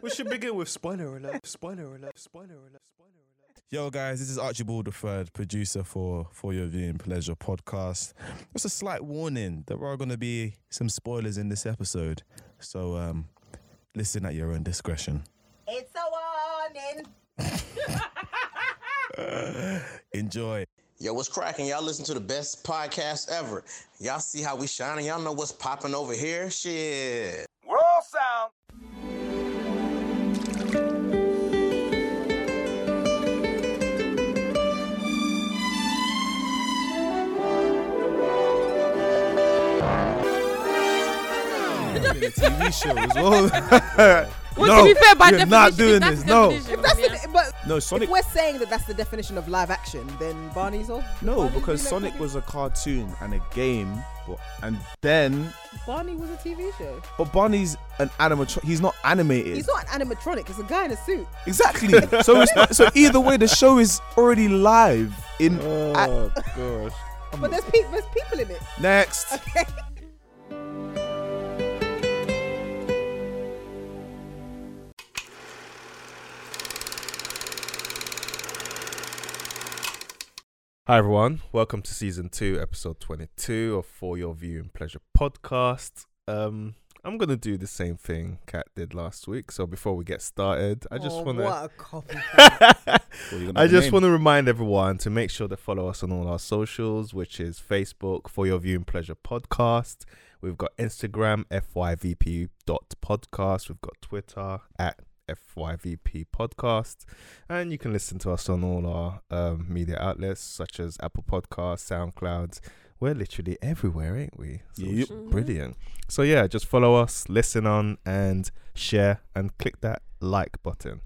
we should begin with spoiler alert, spoiler alert, spoiler alert, spoiler alert. Yo, guys, this is Archibald III, producer for For Your Viewing Pleasure podcast. Just a slight warning there are going to be some spoilers in this episode. So um, listen at your own discretion. It's a warning. Enjoy. Yo, what's cracking? Y'all listen to the best podcast ever. Y'all see how we shining. Y'all know what's popping over here. Shit. We're all sound. TV show as well. Well, no, to be fair, by you're definition, not doing this. that's No, definition, That's yeah. the, but no, Sonic. if we're saying that that's the definition of live action, then Barney's off. No, Barney's because doing Sonic fucking- was a cartoon and a game, but and then Barney was a TV show. but Barney's an animatronic. He's not animated. He's not an animatronic. It's a guy in a suit. Exactly. so it's not, so either way, the show is already live. In Oh gosh. But there's pe- there's people in it. next, Okay. Hi everyone, welcome to season two, episode twenty-two of For Your View and Pleasure podcast. Um, I'm gonna do the same thing Kat did last week. So before we get started, I just oh, wanna What a copy. I just want to remind everyone to make sure they follow us on all our socials, which is Facebook for your view and pleasure podcast. We've got Instagram fyvp.podcast. We've got Twitter at fyvp podcast, and you can listen to us on all our um, media outlets such as Apple Podcasts, SoundCloud. We're literally everywhere, ain't we? So it's Brilliant. So yeah, just follow us, listen on, and share, and click that like button.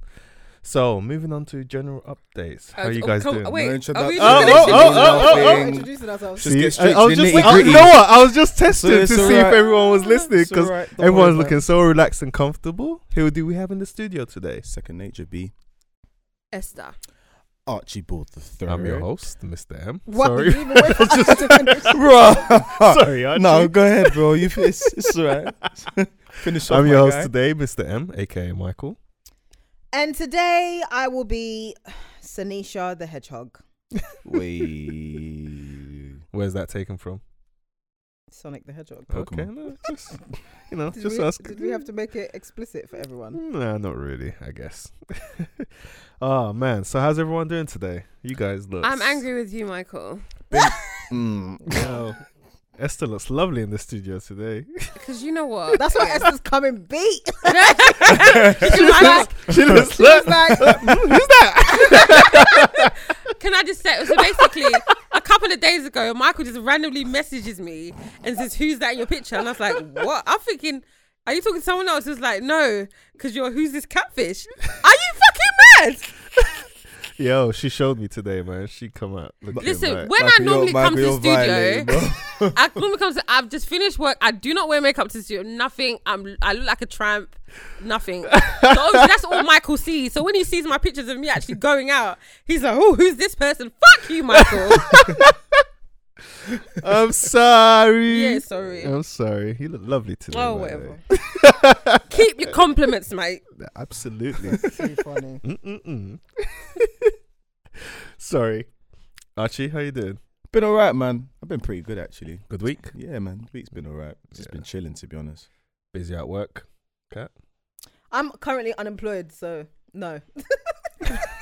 So moving on to general updates. How Uh, are you oh, guys come- doing? Wait, No are we just introduction. gonna Oh, introduce oh, ourselves? oh, oh, We're oh. introducing ourselves. Just See, get straight I, to I was the just, I, nitty-gritty. you know what? I was just testing it's to see alright. if everyone was listening It's because alright, don't worry everyone's about looking so relaxed and comfortable. Who do we have in the studio today? second nature B Esther. Archibald the third. I'm your host, Mr. M. What? Sorry, You even wait for us to finish. bro. sorry. Archie. no, go ahead, bro. You it's, it's alright. Finish off. I'm your my host guy. today, Mr. M, aka Michael. And today I will be Sanisha the Hedgehog, Wait. Where's that taken from? Sonic the Hedgehog. Okay, Pokemon. no, just you know, Did Oh, just we, ask. Did we have to make it explicit for everyone? Nah, not really. I guess. oh man, so how's everyone doing today? You guys look. I'm angry with you, Michael, Mm. Wow. Esther looks lovely in the studio today. because you know what? That's why Esther's coming beat. Can I, she looks She was like, just, can I just say? So basically, a couple of days ago, Michael just randomly messages me and says, "Who's that in your picture?" And I was like, "What?" I'm thinking, "Are you talking to someone else?" It's like, "No," because you're who's this catfish? Are you fucking mad? Yo, she showed me today, man. She come out. looking Listen, like- when I Michael, you're- normally come Michael, to the you're studio, violating, bro. I normally come to. I've just finished work. I do not wear makeup to the studio. Nothing. I'm. I look like a tramp. Nothing. so obviously that's all Michael sees. So when he sees my pictures of me actually going out, he's like, "Oh, who's this person? Fuck you, Michael." I'm sorry. yeah, sorry. I'm sorry. You look lovely today. Oh, by the way. whatever. Keep your compliments, mate. Absolutely. too funny. Mm-mm-mm. sorry, Archie. How you doing? Been alright, man. I've been pretty good actually. Good week. Yeah, man. The week's been alright. Just Yeah. been chilling, to be honest. Busy at work. I'm currently unemployed, so no.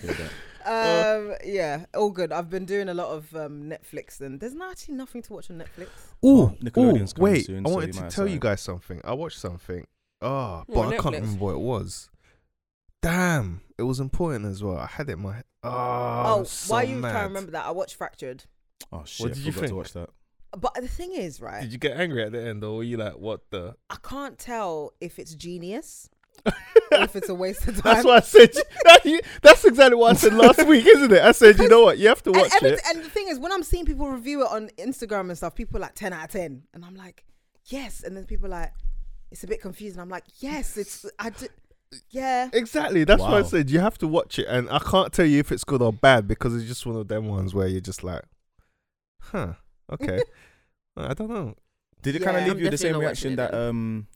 Hear that? Um, yeah, all good. I've been doing a lot of um, Netflix, and there's not actually nothing to watch on Netflix. Ooh, Nickelodeon's coming wait. soon, I so wanted you to might tell you decide. guys something. I watched something. Oh, but What, I can't Netflix? remember what it was. Damn, it was important as well. I had it in my. Oh, Oh, oh why you trying to remember that? I watched Fractured, Oh shit! did I you forgot think? to watch that. but the thing is, right? Did you get angry at the end, or were you like, "What the"? I can't tell if it's genius, or if it's a waste of time. That's what I said. That's exactly what I said last week, isn't it? I said, you know what, you have to and, watch every- it. and the thing is, when I'm seeing people review it on Instagram and stuff, people are like ten out of ten, and I'm like, yes, and then people are like, it's a bit confusing. I'm like, yes, it's I d- yeah. Exactly. That's what I Wow. said. You have to watch it, and I can't tell you if it's good or bad because it's just one of them ones where you're just like, huh, okay. Uh, I don't know. Did it Yeah. kind of I'm leave you the definitely same not watching reaction it that then. um,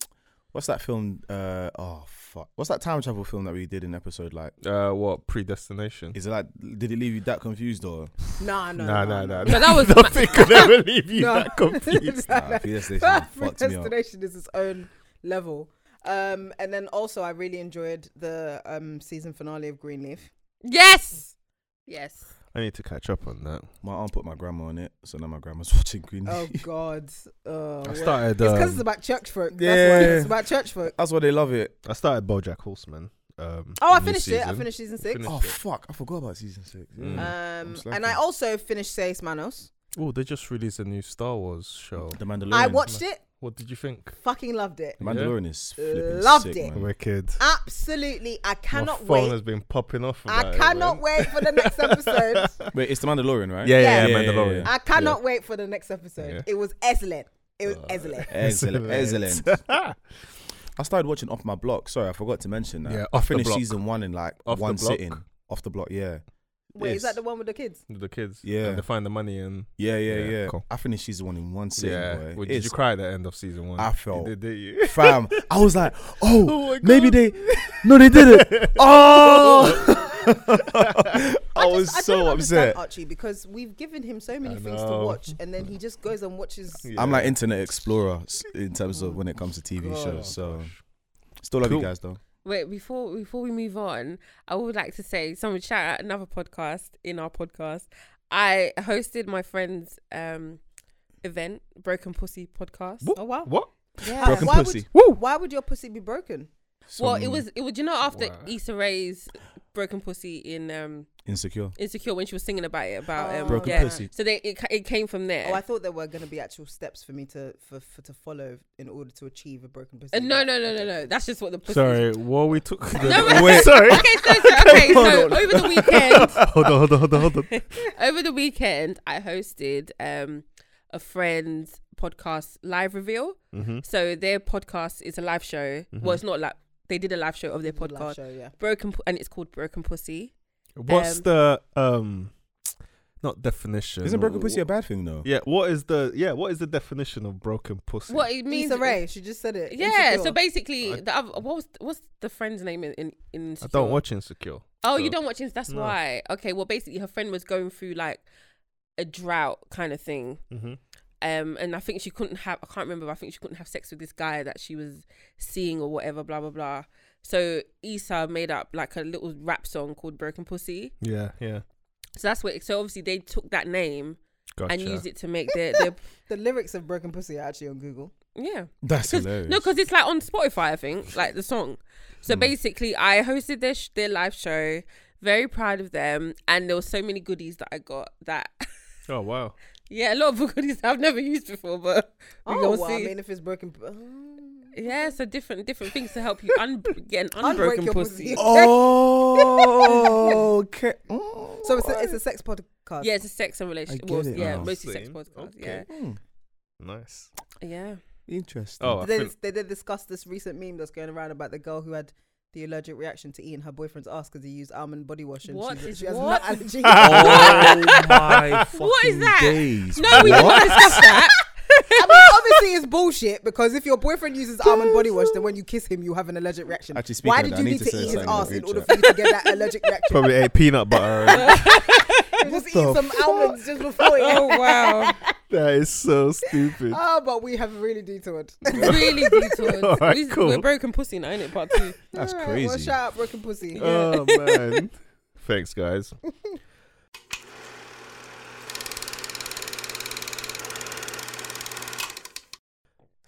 What's that film? Uh, oh fuck! What's that time travel film that we did in episode like? Uh, what predestination? Is it like? Did it leave you that confused or? Nah, no, Nah, no, nah, no, nah. But that was Nothing could ever leave you No. that confused. Nah, Predestination fucked me up. Predestination is its own level. Um, and then also, I really enjoyed the um, season finale of Greenleaf. yes, yes. I need to catch up on that. My aunt put my grandma on it, so now my grandma's watching Green. Oh God! Oh, I well, started. It's because Um, it's about church folk. That's yeah. why it's about church folk. That's why they love it. I started BoJack Horseman. Um, Oh, I new finished it. I season. finished season six. Finished Oh it. fuck! I forgot about season six. Yeah. Mm. Um, slacking. and I also finished Seis Manos. Oh, they just released a new Star Wars show. The Mandalorian. I watched it. What did you think? Fucking loved it. The Mandalorian is flipping Loved sick, it. man. Wicked. Absolutely, I cannot My phone wait. has been popping off. I about it, cannot man. wait for the next episode. Wait, it's the Mandalorian, right? Yeah, Yeah. yeah, yeah, Yeah, yeah, Mandalorian. yeah. I cannot wait for the next episode. Yeah. Uh, It was excellent. It was excellent. Excellent, excellent. I started watching Off My Block. Sorry, I forgot to mention that. Yeah, I Off the finished Block. season one in like Off the one Block. sitting. Off the block, yeah, Wait, is that Yes. the one with the kids? the kids. Yeah. and they find the money and yeah, yeah, Yeah, yeah. cool. I finished season one in one sitting. yeah. Boy. Well, did you It's- cry at the end of season one? I You felt, did, did you? fam. I was like, Oh oh, my maybe God. they. No, they didn't. Oh, I, just- was don't so understand upset. Archie because we've given him so many I things to know. watch, and then he just goes and watches. I'm like internet explorer s- in terms of when it comes to TV God. shows. So, still love Oh, Cool. you guys though. Wait, before before we move on, I would like to say someone shout out another podcast in our podcast. I hosted my friend's um event, Broken Pussy Podcast. Oh wow! What? Yeah. Broken why pussy. Would, why would your pussy be broken? well, it was it was you know after Wow. Issa Rae's Broken Pussy in um insecure. Insecure when she was singing about it about um, Broken yeah. Pussy. So they it, ca- it came from there. Oh, I thought there were going to be actual steps for me to for, for to follow in order to achieve a broken pussy. Uh, no, no, no, no, no. That's just what the pussy. Sorry, what we took. No, Wait, sorry. Okay, so, so okay, so Hold on. over the weekend, hold on, hold on, hold on, hold on. over the weekend, I hosted um a friend's podcast live reveal. Mm-hmm. So their podcast is a live show. Well, it's not like they did a live show of their Live podcast, show, yeah. Broken, Pu- and it's called Broken Pussy. What's Um, the um, not definition? Isn't broken pussy a Wh- bad thing though? Yeah. What is the yeah? What is the definition of broken pussy? What it means? Issa Rae, she just said it. Yeah. So Insecure. basically, I- the other, what was what's the friend's name in in? in I Insecure? don't watch Insecure. Oh, so- you don't watch it. That's No. why. Okay. Well, basically, her friend was going through like a drought kind of thing. Mm-hmm. um and i think she couldn't have i can't remember but i think she couldn't have sex with this guy that she was seeing or whatever blah blah blah so Issa made up like a little rap song called broken pussy Yeah, yeah. so that's what so obviously they took that name Gotcha. and used it to make their, their the lyrics of broken pussy are actually on Google. yeah That's Cause, hilarious. no because it's like on spotify i think like the song so Hmm. basically i hosted their sh- their live show very proud of them and there were so many goodies that i got that Oh wow. yeah a lot of goodies i've never used before but we Oh, gonna well, I see. mean, if it's broken, um, Yeah, so different different things to help you un- get an Unbreak unbroken your pussy. pussy. Oh, okay. so it's a, it's a sex podcast. Yeah, it's a sex and relationship. get Well, it yeah, now. mostly sex Same. podcast. Okay. Nice. Yeah, yeah. Mm. interesting. Oh, I They, fin- they did discuss this recent meme that's going around about the girl who had the allergic reaction to eating her boyfriend's ass because he used almond body wash and What she's- is- she has what? nut allergy. Oh, Oh. my What fucking is that? days, No, we bro. don't discuss that. I mean, obviously it's bullshit because if your boyfriend uses almond body wash, then when you kiss him, you have an allergic reaction. Actually, speaking Why of did that, you I need need to to, say eat his something in ass the in order for future. you to get that allergic reaction? Probably ate peanut butter. just eat some almonds just before it. Oh wow, that is so stupid. Oh, but we have really detoured. really detoured. Alright, We- cool. We're broken pussy now, innit? Part two. That's All right, Well, crazy. shout out broken pussy. Oh man. Thanks, guys.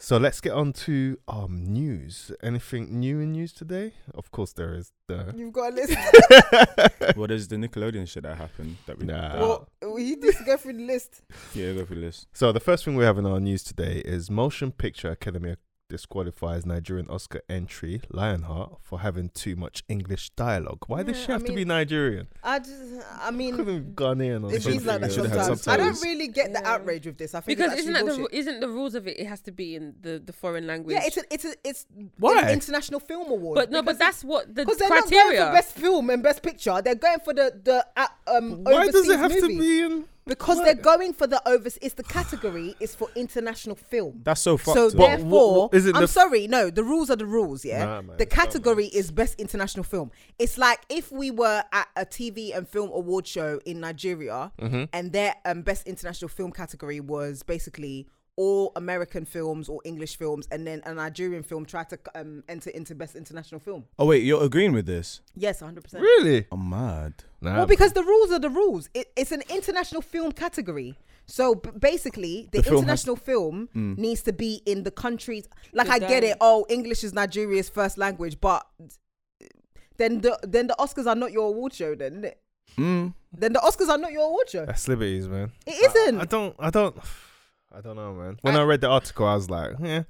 So let's get on to um news. Anything new in news today? Of course there is the You've got a list. well, there's the Nickelodeon shit that happened. That we, Nah. that- well, he needs to go through the list. yeah, go for this. So the first thing we have in our news today is Motion Picture Academy disqualifies Nigerian Oscar entry Lionheart for having too much English dialogue. Why does Yeah, she I have to be mean- Nigerian? I just, I mean, Couldn't have Ghanaian or it something. means like that should have had sometimes. I don't subtitles. really get the Yeah. outrage with this. I think Because it's isn't that actually the bullshit. isn't the rules of it? It has to be in the the foreign language. yeah, it's a, it's a, it's Why? an international film award. but no, but because- that's what the because they're not going for criteria. best film and best picture. They're going for the the uh, um. Why does overseas it have movie. to be in because they're going for the overs. It's the category is for international film. That's so fucked. So up. But therefore, what- what- is it I'm the- sorry. No, the rules are the rules. Yeah, Nah, man, the it's dumb, category is best international film. It's like if we were at a TV and film award show in Nigeria, and their um, best international film category was basically all American films or English films, and then a Nigerian film tried to um, enter into best international film. oh wait, you're agreeing with this? Yes, 100. percent Really? I'm mad. Nah, Well, because the rules are the rules. It, it's an international film category. So b- basically, the, The film has- international film Mm. needs to be in the countries. Like It I get does. it. Oh, English is Nigeria's first language, but then the then the Oscars are not your award show. Then innit? Mm. then the Oscars are not your award show. that's liberties, man. It isn't. I, I don't. I don't. I don't know, man. When I, read the article, I was like, yeah,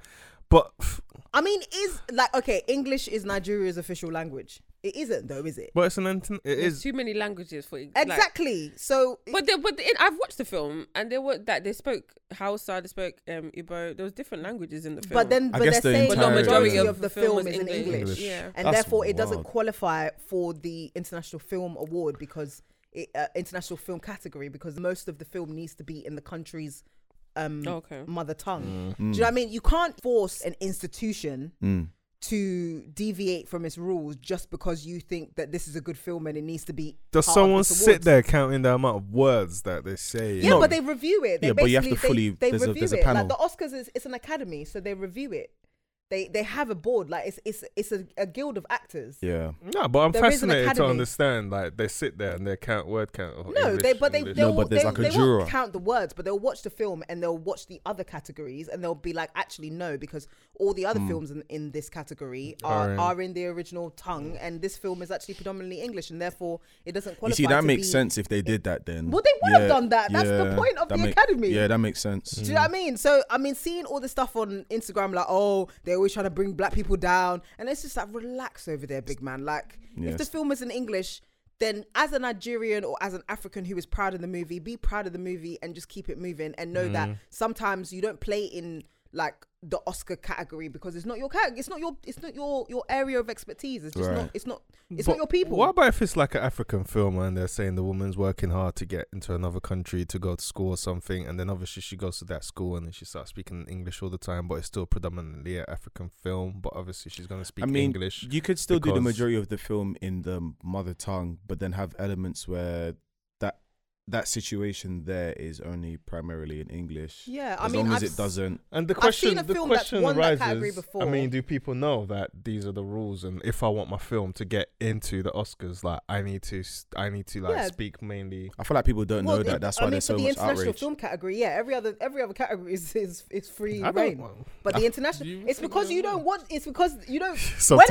but I mean, is like okay, English is Nigeria's official language. It isn't though, is it? but it's an inter- it There's is too many languages for like- Exactly. So But they, but the- I've watched the film and they were that they spoke Hausa, they spoke um, Igbo. There was different languages in the film. But then, I but guess they're the saying but the no entire- majority of the film, was is in English, Yeah. and That's therefore it doesn't wild. qualify for the international film award because it, uh, international film category because most of the film needs to be in the country's um, Oh, Okay. mother Mm. Mm. tongue. Do you know what I mean? You can't force an institution. Mm. To deviate from its rules just because you think that this is a good film and it needs to be. Does part of someone this sit awards. there counting the amount of words that they say? Yeah, but they review it. They Yeah, but you have to basically- fully- They, they there's a- review there's a it. panel. Like the Oscars is it's an academy, so they review it. They they have a board. Like it's it's it's a, a guild of actors. Yeah. No, but I'm There is an fascinated to academy. understand. Like they sit there and they count word count. or No, English, they but they English. they'll, No, but there's they, like a they juror. won't count the words, but they'll watch the film and they'll watch the other categories and they'll be like, actually no, because all the Hmm. other films in, in this category Mm. are, Are in- are in the original tongue, and this film is actually predominantly English, and therefore it doesn't You qualify. see, that to makes be- sense if they did that then. Well, they would have done that. That's the point of that the academy. Yeah, that makes sense. Do you know what I mean? So I mean, seeing all the stuff on Instagram, like, oh, they're always trying to bring black people down, and it's just like, relax over there, big man. Like, if the Yes. film is in English, then as a Nigerian or as an African who is proud of the movie, be proud of the movie and just keep it moving, and know that Mm. sometimes you don't play in like the Oscar category because it's not your cat, it's not your, it's not your your area of expertise. It's just not, Right. it's not, it's But not your people. What about if it's like an African film and they're saying the woman's working hard to get into another country to go to school or something, and then obviously she goes to that school and then she starts speaking English all the time, but it's still predominantly an African film, but obviously she's going to speak I mean, English. you could still do the because- majority of the film in the mother tongue, but then have elements where that that situation there is only primarily in English. Yeah, I as mean, long as I've it doesn't. And the I've question, seen a the film that's question won that rises. category I before. mean, do people know that these are the rules? And if I want my film to get into the Oscars, like I need to, s- I need to like Yeah. speak mainly. I feel like people don't know it- that. That's why I mean, there's for so the much international outrage. film category, yeah, every other every other category is is, is free I don't- reign. well, But I- the international, do you it's think because they you will? don't want. It's because you don't. Subtitles.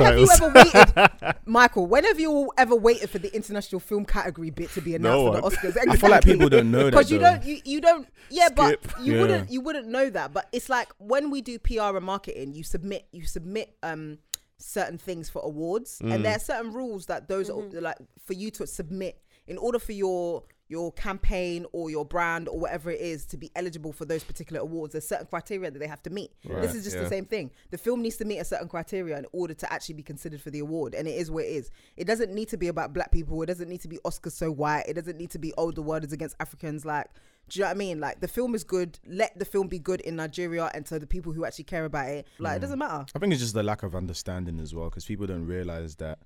When have you ever waited, Michael? When have you ever waited for the international film category bit to be announced No for the one. Oscars? I feel like people don't know that because you though. don't. You, you don't. Yeah, Skip. but you Yeah. wouldn't. You wouldn't know that. But it's like when we do PR and marketing, you submit. You submit. um certain things for awards and there are certain rules that those are like for you to submit in order for your your campaign or your brand or whatever it is to be eligible for those particular awards there's certain criteria that they have to meet this is just the same thing the film needs to meet a certain criteria in order to actually be considered for the award and it is what it is it doesn't need to be about black people it doesn't need to be oscars so white it doesn't need to be oh the world is against africans like do you know what I mean? Like the film is good. Let the film be good in Nigeria and to the people who actually care about it. Like it doesn't matter. I think it's just the lack of understanding as well, because people don't realize that.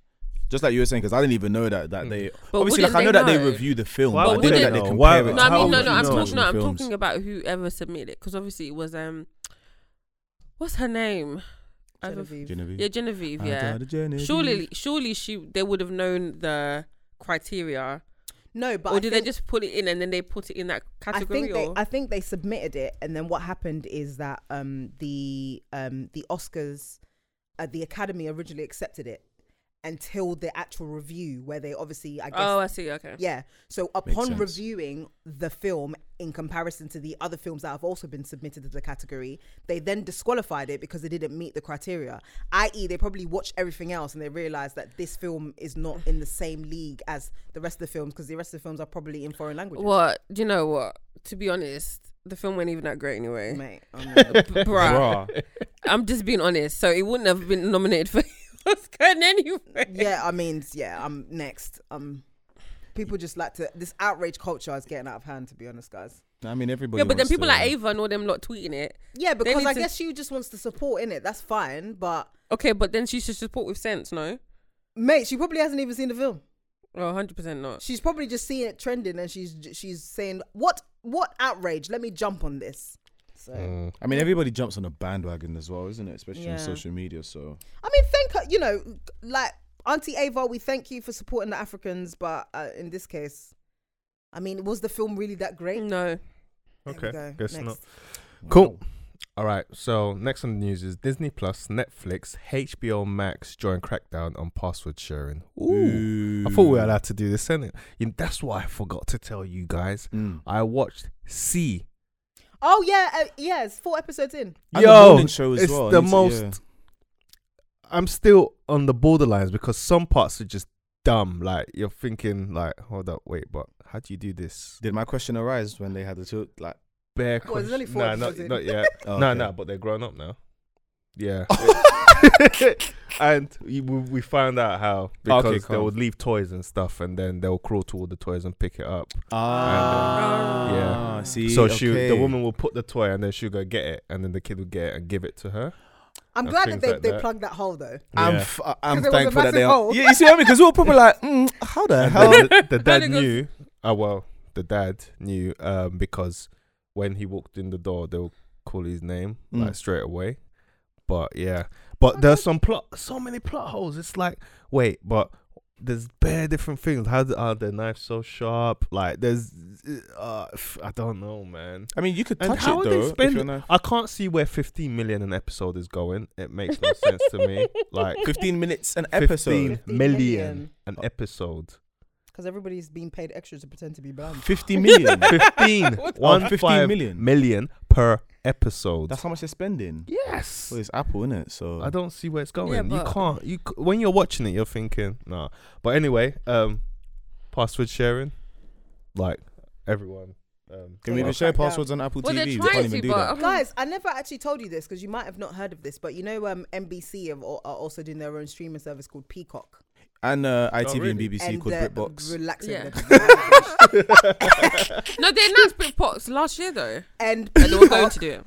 Just like you were saying, because I didn't even know that that they But obviously like I know, wouldn't that they they know? review the film, Hmm. Why but I wouldn't didn't know they that they know? Why- compare it. But no, I to how mean, no, would no. you I'm know? talking. No, I'm films. talking about whoever submitted it because obviously it was um, what's her name? I have a- Genevieve. Genevieve. Yeah, Genevieve. I Yeah. got a Genevieve. Surely, surely she they would have known the criteria, No, but or I did think- they just put it in and then they put it in that I category? think or? they I think they submitted it, and then what happened is that um, the um, the Oscars, uh, the Academy originally accepted it until the actual review, where they obviously I guess oh, I see. Okay. yeah. So upon sense. reviewing the film in comparison to the other films that have also been submitted to the category, they then disqualified it because it didn't meet the criteria. I.e., they probably watched everything else and they realized that this film is not in the same league as the rest of the films because the rest of the films are probably in foreign languages. Well, do you know what? To be honest, the film wasn't even that great anyway. Mate, oh my God. B- Bruh. I'm just being honest. So it wouldn't have been nominated for Oscar anyway. yeah, I mean, yeah, I'm next. Um, people just like to. This outrage culture is getting out of hand, to be honest, guys. I mean, everybody. Yeah, but then wants people to- like Ava and all them lot tweeting it. Yeah, because need I to- guess she just wants to support in it. That's fine, but Okay, but then she should support with sense, no? Oh, mate, she probably hasn't even seen the film. Well, 100% not. She's probably just seeing it trending, and she's she's saying, "What what outrage? Let me jump on this." So Mm. I mean, everybody jumps on a bandwagon as well, isn't it? Especially Yeah. on social media. So I mean, thank her. You know, like Auntie Ava, we thank you for supporting the Africans, but uh, in this case, I mean, was the film really that great? No. There we go. Okay, guess Next. not. Cool. All right. So next on the news is Disney Plus, Netflix, HBO Max join crackdown on password sharing. Ooh. I thought we were allowed to do this, didn't it? You- That's what I forgot to tell you guys. Mm. I watched C. Oh yeah, uh, yeah. It's four episodes in. And the morning show as it's well, I the need to- most. yeah. I'm still on the borderlines because some parts are just dumb. Like you're thinking, like, hold up, wait, but how do you do this? Did my question arise when they had the two like? Bear Well, there's question- only four Nah, not, episodes in. not yet. Oh, No, okay. no, but they're grown up now. Yeah. and we, we found out how because Okay, they cool. would leave toys and stuff, and then they'll crawl to all the toys and pick it up. Ah, Yeah. yeah. See, so she, okay. the woman, will put the toy, and then she'll go get it, and then the kid will get it and give it to her. I'm And glad that things they, like they that. plugged that hole though. I'm Yeah. f- uh, I'm there was a thankful that massive they hole. are. Yeah, you see what I mean? Because we were probably like, mm, how the And hell? then the, the Kinda dad goes- knew. Oh well, the dad knew um, because when he walked in the door, they'll call his name Mm. like straight away. But yeah, but there's some plot, so many plot holes. It's like wait, but there's bare different things. How th- are the knives so sharp? Like there's, uh, f- I don't know, man. I mean, you could touch And how it though. are they if you're spending? not- I can't see where 15 million an episode is going. It makes no sense to me. Like 15 minutes an 15 episode. 15 million an episode. because everybody's being paid extra to pretend to be banned. 50 million. 15 What the- one 15 five million. million per episode That's how much they're spending. yes Well, it's Apple, isn't it? So i don't see where it's going Yeah, you but- can't you c- when you're watching it you're thinking nah but anyway um password sharing like everyone um can we even Well, share crack down. passwords on Apple Well, TV? they're We trying can't even to, do but that. um, Guys, I never actually told you this because you might have not heard of this, but you know, um, NBC have, al- are also doing their own streaming service called Peacock. And uh, ITV and really? BBC called they're BritBox. Relaxing Yeah. their- No, they announced Britpox last year, though. and That they were going Peacock, to do it.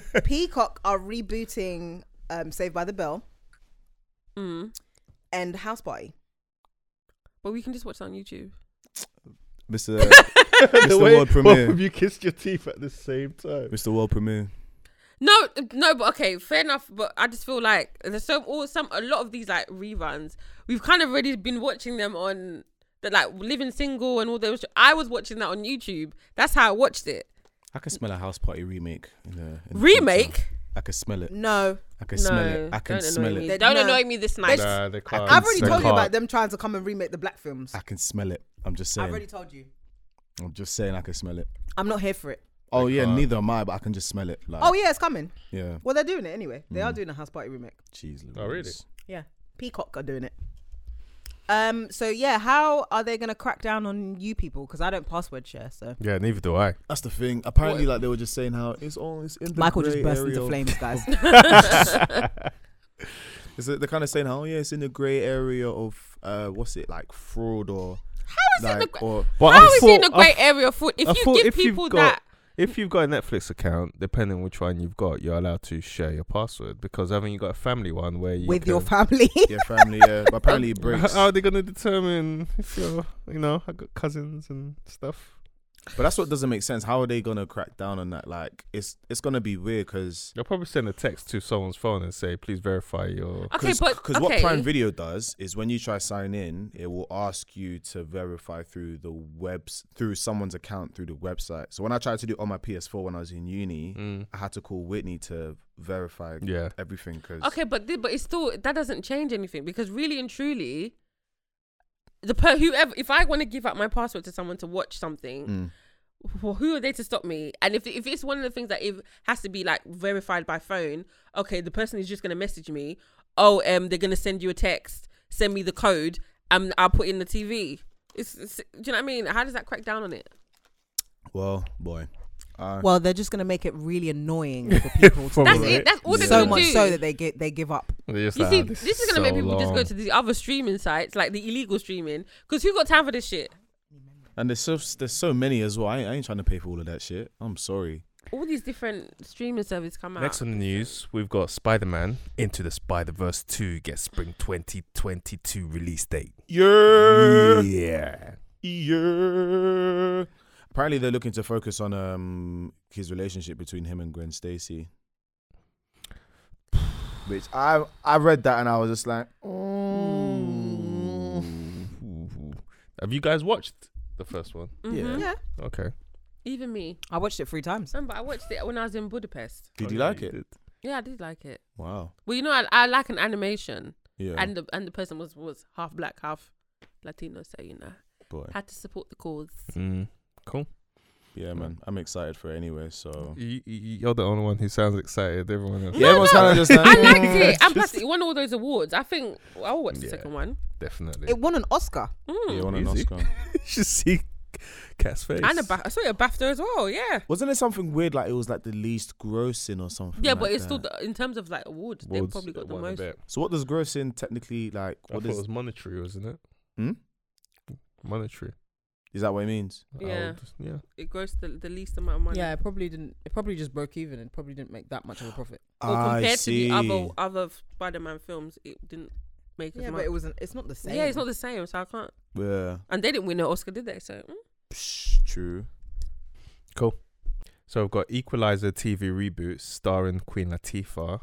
yeah. Peacock are rebooting um, Saved by the Bell Mm. and House Party. But we can just watch that on YouTube. Mr. Mr. World Premiere. you kissed your teeth at the same time Mr. World Premiere. No, no, but okay, fair enough. But I just feel like there's so all some a lot of these like reruns. We've kind of already been watching them on the like Living Single and all those. I was watching that on YouTube. That's how I watched it. I can smell a house party remake. In the, in the future. Remake? I can smell it. No, I can smell it. I can don't smell annoy it. me. They- don't no. annoy me this night. They- nah, they Oh, can't. I've already They told you can't. about them trying to come and remake the black films. I can smell it. I'm just I've saying. already told you. I'm just saying I can smell it. I'm not here for it. Oh yeah, can't. neither am I, but I can just smell it. Like, Oh yeah, it's coming. yeah. Well, they're doing it anyway. They Mm. are doing a House Party remake. Jeez Louise. Oh, really? Yeah, Peacock are doing it. Um. So yeah, how are they gonna crack down on you people? Because I don't password share. So yeah neither do i That's the thing. Apparently, like they were just saying how it's all it's in the Michael grey just burst area into of- flames, guys. It's like they're kind of saying how oh, yeah, it's in the grey area of uh, what's it like fraud or How is it in the like gr- or but How is it in a great area of food? If I you thought give if you've people got- that, If you've got a Netflix account, depending which one you've got, you're allowed to share your password because haven't you got a family one where you With your can- family. yeah, family. Yeah, but apparently it breaks. Uh, How are they gonna determine if you're you know I got cousins and stuff? But that's what doesn't make sense. How are they gonna crack down on that? Like it's it's gonna be weird because They'll probably send a text to someone's phone and say, "Please verify your." okay, but okay. what Prime Video does is when you try sign in, it will ask you to verify through the webs through someone's account through the website. So when I tried to do it on my PS4 when I was in uni, Mm. I had to call Whitney to verify Yeah. everything because Okay, but th- but it's still that doesn't change anything because really and truly, the per whoever if I want to give up my password to someone to watch something, Mm. well, who are they to stop me? And if if it's one of the things that it has to be like verified by phone, okay, the person is just gonna message me. Oh, um, they're gonna send you a text. Send me the code. Um, I'll put in the TV. It's, it's do you know what I mean? How does that crack down on it? well, boy, Uh, Well, they're just gonna make it really annoying for people. to do That's Probably. it. That's all they're so gonna much do. so that they get they give up. They're just you like, see, "Oh, this, is is gonna make so people just long." go to the other streaming sites, like the illegal streaming, because who got time for this shit? and there's so there's so many as well. I ain't, I ain't trying to pay for all of that shit. I'm sorry. All these different streaming services come out. Next on the news, we've got Spider Man Into the Spider Verse 2 gets spring 2022 release date. Yeah. Yeah. Yeah. Apparently, they're looking to focus on um his relationship between him and Gwen Stacy. Which I I read that and I was just like, Have you guys watched the first one? Mhm. Yeah, Okay. Even me. I watched it three times. Remember, I watched it when I was in Budapest. did Oh, you like it? Yeah, I did like it. Wow. Well, you know, I, I like an animation, Yeah. and the and the person was was half black, half Latino, so you know, boy. had to support the cause. Mm. Cool. Yeah, man. I'm excited for it anyway. Hmm. So You, you're the only one who sounds excited. Everyone else. Yeah, everyone's kinda just like, I liked it, Just- and plus it won all those awards. I think well, I'll watch the Yeah. second one. Definitely. It won an Oscar. Mm. yeah, won an Easy. Oscar. You should see Cat's face. and a ba- I saw it at BAFTA as well. Yeah, Wasn't it something weird? Like it was like the least grossing or something. yeah, but like it's still that? the, in terms of like awards, they Awards probably got that the won a most. bit. So what does grossing technically like? I thought What it is was monetary, wasn't it? Hmm? Monetary. is that? What it means? I Yeah. would just- yeah. It grossed the, the least amount of money. Yeah, it probably didn't. It probably just broke even. It probably didn't make that much of a profit. Or compared to the other other Spider-Man films, it didn't make as Yeah, much. but it wasn't. It's not the same. yeah, it's not the same, so I can't. Yeah. And they didn't win an Oscar, did they? So mm. Psh, true. So we've got Equalizer TV reboot starring Queen Latifah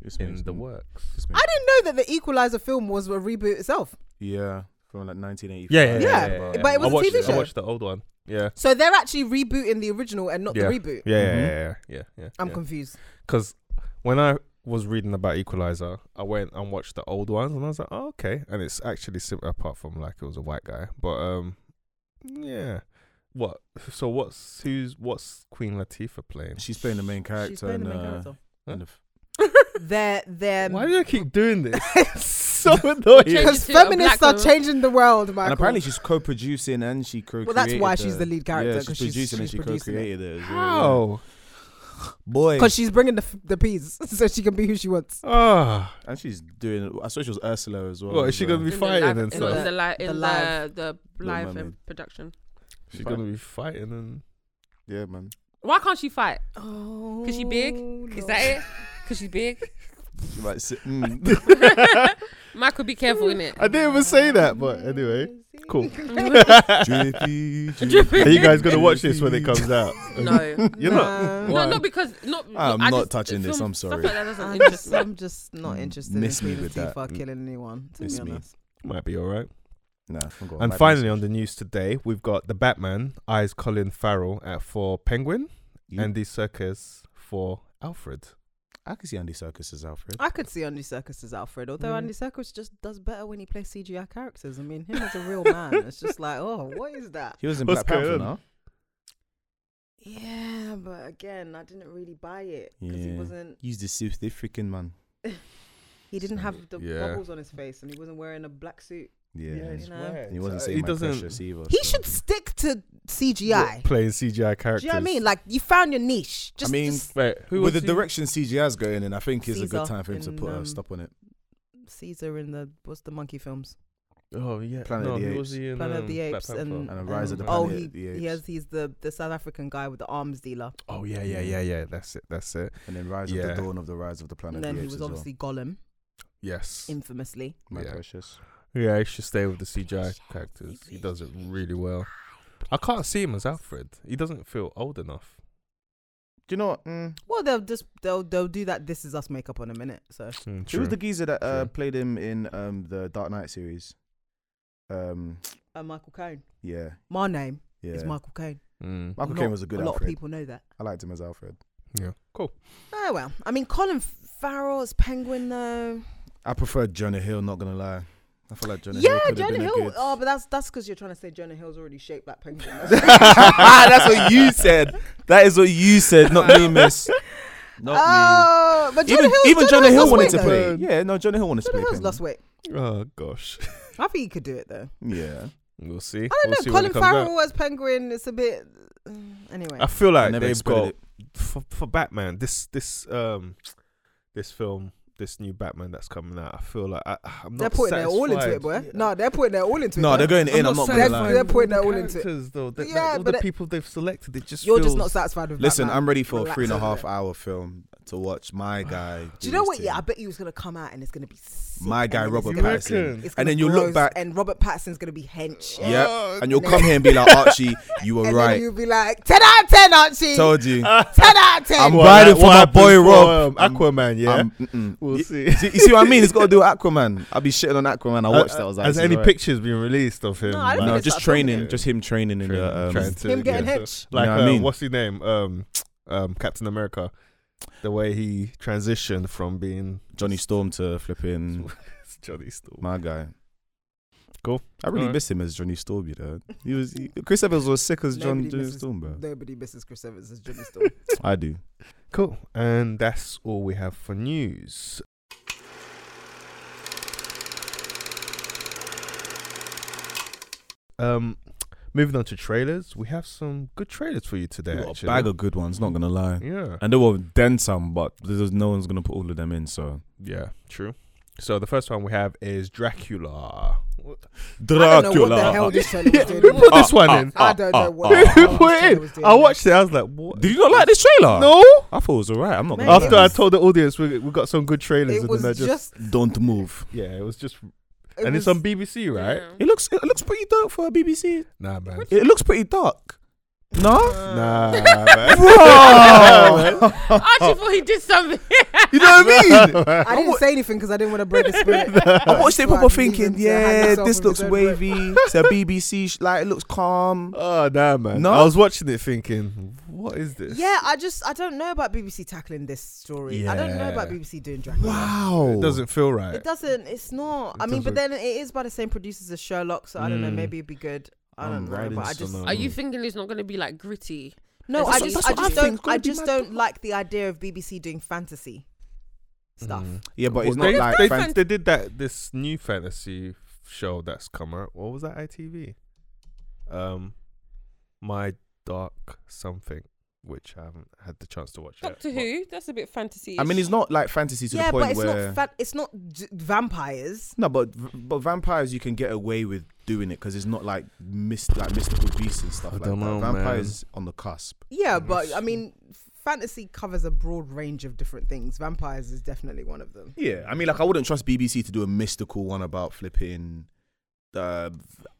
This in makes the me- works. this makes- I didn't know that the Equalizer film was a reboot itself. Yeah, from like 1985. yeah, yeah, yeah. But it was I a watched, TV I show. watched the old one. Yeah. So they're actually rebooting the original and not Yeah. the reboot. Yeah, Mhm. yeah, yeah, yeah, yeah. I'm confused. because when I was reading about Equalizer, I went and watched the old ones, and I was like, oh, okay. And it's actually similar, apart from like it was a white guy, but um, yeah. What? So what's who's what's Queen Latifah playing? She's playing the main character. She's playing the main and, uh, character. and the f- mm. They're they're Why do I keep doing this? it's so annoying. Change- because Change it to a feminists black are woman. changing the world, Michael. and apparently she's co-producing and she co. Well, that's why she's the lead character, Yeah, 'cause she's she's- producing and she's she producing it. co-created it. as well, yeah. How? boy? because she's bringing the f- the peas so she can be who she wants. Ah, and she's doing. I saw she was Ursula as well. What, is she gonna uh, be in the fighting live- and in stuff. the li- in The the live. the Little live and Mermaid. production. she's gonna be fighting and Yeah, man. Why can't she fight? Oh, Cause she big? Is that it? Because she's big. She might sit. Mm. Michael, be careful in it. I didn't even say that, but anyway, cool. Drippy, Are you guys gonna watch this when it comes out? No, You're not. no, not because not. I'm I not just- touching this, film- I'm stuff sorry. like that doesn't I'm interest just, me. I'm just not interested Miss me in with Queen that. Latifah killing anyone. To Miss be me. honest, Might be all right. Nah, I'm going And mad finally, on myself. the news today, we've got the Batman eyes Colin Farrell at for Penguin, Yeah. Andy Circus for Alfred. I can see Andy Serkis as Alfred. I could see Andy Serkis as Alfred, although Mm. Andy Serkis just does better when he plays CGI characters. I mean, him as a real man, it's just like, oh, what is that? He was in What's Black Panther, going no? Yeah, but again, I didn't really buy it because he Yeah. wasn't. He's the South African man. He didn't So, have the yeah. bubbles on his face, and he wasn't wearing a black suit. Yeah. it's know. weird. And he wasn't Uh, saying he my doesn't precious either. He so- should stick to CGI. playing CGI characters. Do you know what I mean? Like you found your niche. Just, mean, just Wait, who With was the he? direction CGI's going in, I think it's a good Caesar time for him to in, put a um, stop on it. Caesar in the what's the monkey films? Oh yeah, Planet no, of the who was he in, Planet of um, the Black Apes Panther? and, And the Rise of and- the oh Planet he of the he Apes. has he's the the South African guy with the arms dealer, oh yeah, yeah, yeah, yeah. That's it. That's it. And then Rise Yeah. of the Dawn of the Rise of the Planet and then of the he Apes was as well. obviously Gollum, Yes. infamously. My Yeah. precious. yeah, he should stay with the CGI characters. He does it really well. I can't see him as Alfred. He doesn't feel old enough. Do you know what? Mm, Well, they'll just they'll they'll do that. This is us makeup on a minute. So Mm, Who was the geezer that uh, True. played him in um, the Dark Knight series? Um, uh, Michael Caine. yeah, My name yeah. is Michael Caine. Mm, Michael Not Caine was a good lot Alfred. of people know that. I liked him as Alfred. yeah. Cool. Oh well, I mean Colin Farrell as Penguin though. I preferred Jonah Hill. Not gonna lie, I feel like Jonah Hill. yeah, could've Jonah been a Hill. Good... Oh, but that's that's because you're trying to say Jonah Hill's already shaped like Penguin. That's what you said. That is what you said, not me, miss. Not me. Oh, but Jonah even Hill, even Jonah, Hill Hill's lost wanted weight, to though. play. Yeah, no, Jonah Hill wanted Jonah to play. Hill's lost weight. Oh gosh. I think he could do it though. Penguin. Yeah. We'll see. I don't we'll see know. when Colin it comes out. Farrell as Penguin, it's a bit. uh, Anyway, I feel like never they've got expected for, for Batman this this um this film this new Batman that's coming out. I feel like I, I'm not. they're putting their all into it, boy. satisfied. No, they're putting their all into it. No, bruh. they're going in. I'm not They're, gonna lie. they're putting their all into it. Characters, though. They- they- Yeah, all but the it- people they've selected. It just You're just feels- not satisfied with. Listen, Batman. I'm ready for a Relax three and a little half bit. hour film to watch my guy. Do you know his what? Yeah, I thing. bet you was gonna come out and it's gonna be sick My guy and then it's Robert gonna- reckon? it's Pattinson, and gonna then you'll look gross back. and Robert Pattinson's gonna be hench. yeah, and you'll come here and be like Archie, you were Oh, And right. then you'll be like, ten out of ten, Archie. Told you. ten out of ten. I'm What, riding like, for what my happens boy for, Rob. um, Aquaman, yeah. Um, mm-mm. we'll You- see. you see. You see what I mean? It's got to do with Aquaman. I'll be shitting on Aquaman. I Uh, watched that. I was like, Has this is any alright. pictures been released of him? No, I don't like, No, It's just not filming training. it. Just him training in the. trying- um, trying to him getting get- hench. Like, You know what I uh, mean? what's his name? Um, um, Captain America. The way he transitioned from being Johnny Storm to flipping Johnny Storm. my guy. Cool. I really Alright. miss him as Johnny Storm, you know. He was he, Chris Evans was sick as John Nobody Johnny misses- Storm, bro. Nobody misses Chris Evans as Johnny Storm. I do. Cool. And that's all we have for news. Um, moving on to trailers, we have some good trailers for you today. Got a actually. bag of good ones, not gonna lie. yeah. And there were then some, but there's no one's gonna put all of them in. So Yeah, true. So the first one we have is Dracula. What- I don't know what the hell this trailer was Yeah, doing. Ah, who put this one in? I don't know what. the Who hell put this it trailer in? was doing. I watched it. I was like, what? Did you not like this trailer? No. I thought it was alright. I'm not Man, gonna After lie. I told the audience we, we got some good trailers, It and was then I just, just. Don't move. yeah, it was just it and it's was- on BBC, right? It looks it looks pretty dark for a BBC. Nah, man. It looks pretty dark. No? Uh, Nah, man. Bro! Archie thought he did something. you know what I mean? I didn't say anything because I didn't want to break the spirit. I watched That's it proper why I needed thinking, to hang yeah, myself this with looks his own work. wavy. It's a BBC sh- like it looks calm. oh, nah, man. No? I was watching it thinking, what is this? Yeah, I just I don't know about BBC tackling this story. I don't know about Yeah. BBC doing Dracula. Wow. It doesn't feel right. It doesn't. It's not. It I mean, but doesn't- then it is by the same producers as Sherlock, so I don't know. Mm. Maybe it'd be good. I I'm don't know, riding but I some, just um, Are you thinking it's not going to be like gritty? no. That's I what- just that's I what I just think. don't. It's gonna I be just mad don't like the idea of BBC doing fantasy stuff. Mm. Yeah, but it's Well, not they, like they, fan- they did that this new fantasy show that's come out. What was that ITV? Um, My Dark Something, which I haven't had the chance to watch yet. Doctor Who? That's a bit fantasy. I mean, it's not like fantasy to Yeah, the point but it's where not. Fa- it's not d- vampires. no, but but vampires you can get away with doing it because it's not like mist like mystical beasts and stuff I like don't know, that. man. Vampires on the cusp. Yeah, but Yes. I mean, fantasy covers a broad range of different things. Vampires is definitely one of them. Yeah, I mean, like I wouldn't trust BBC to do a mystical one about flipping uh,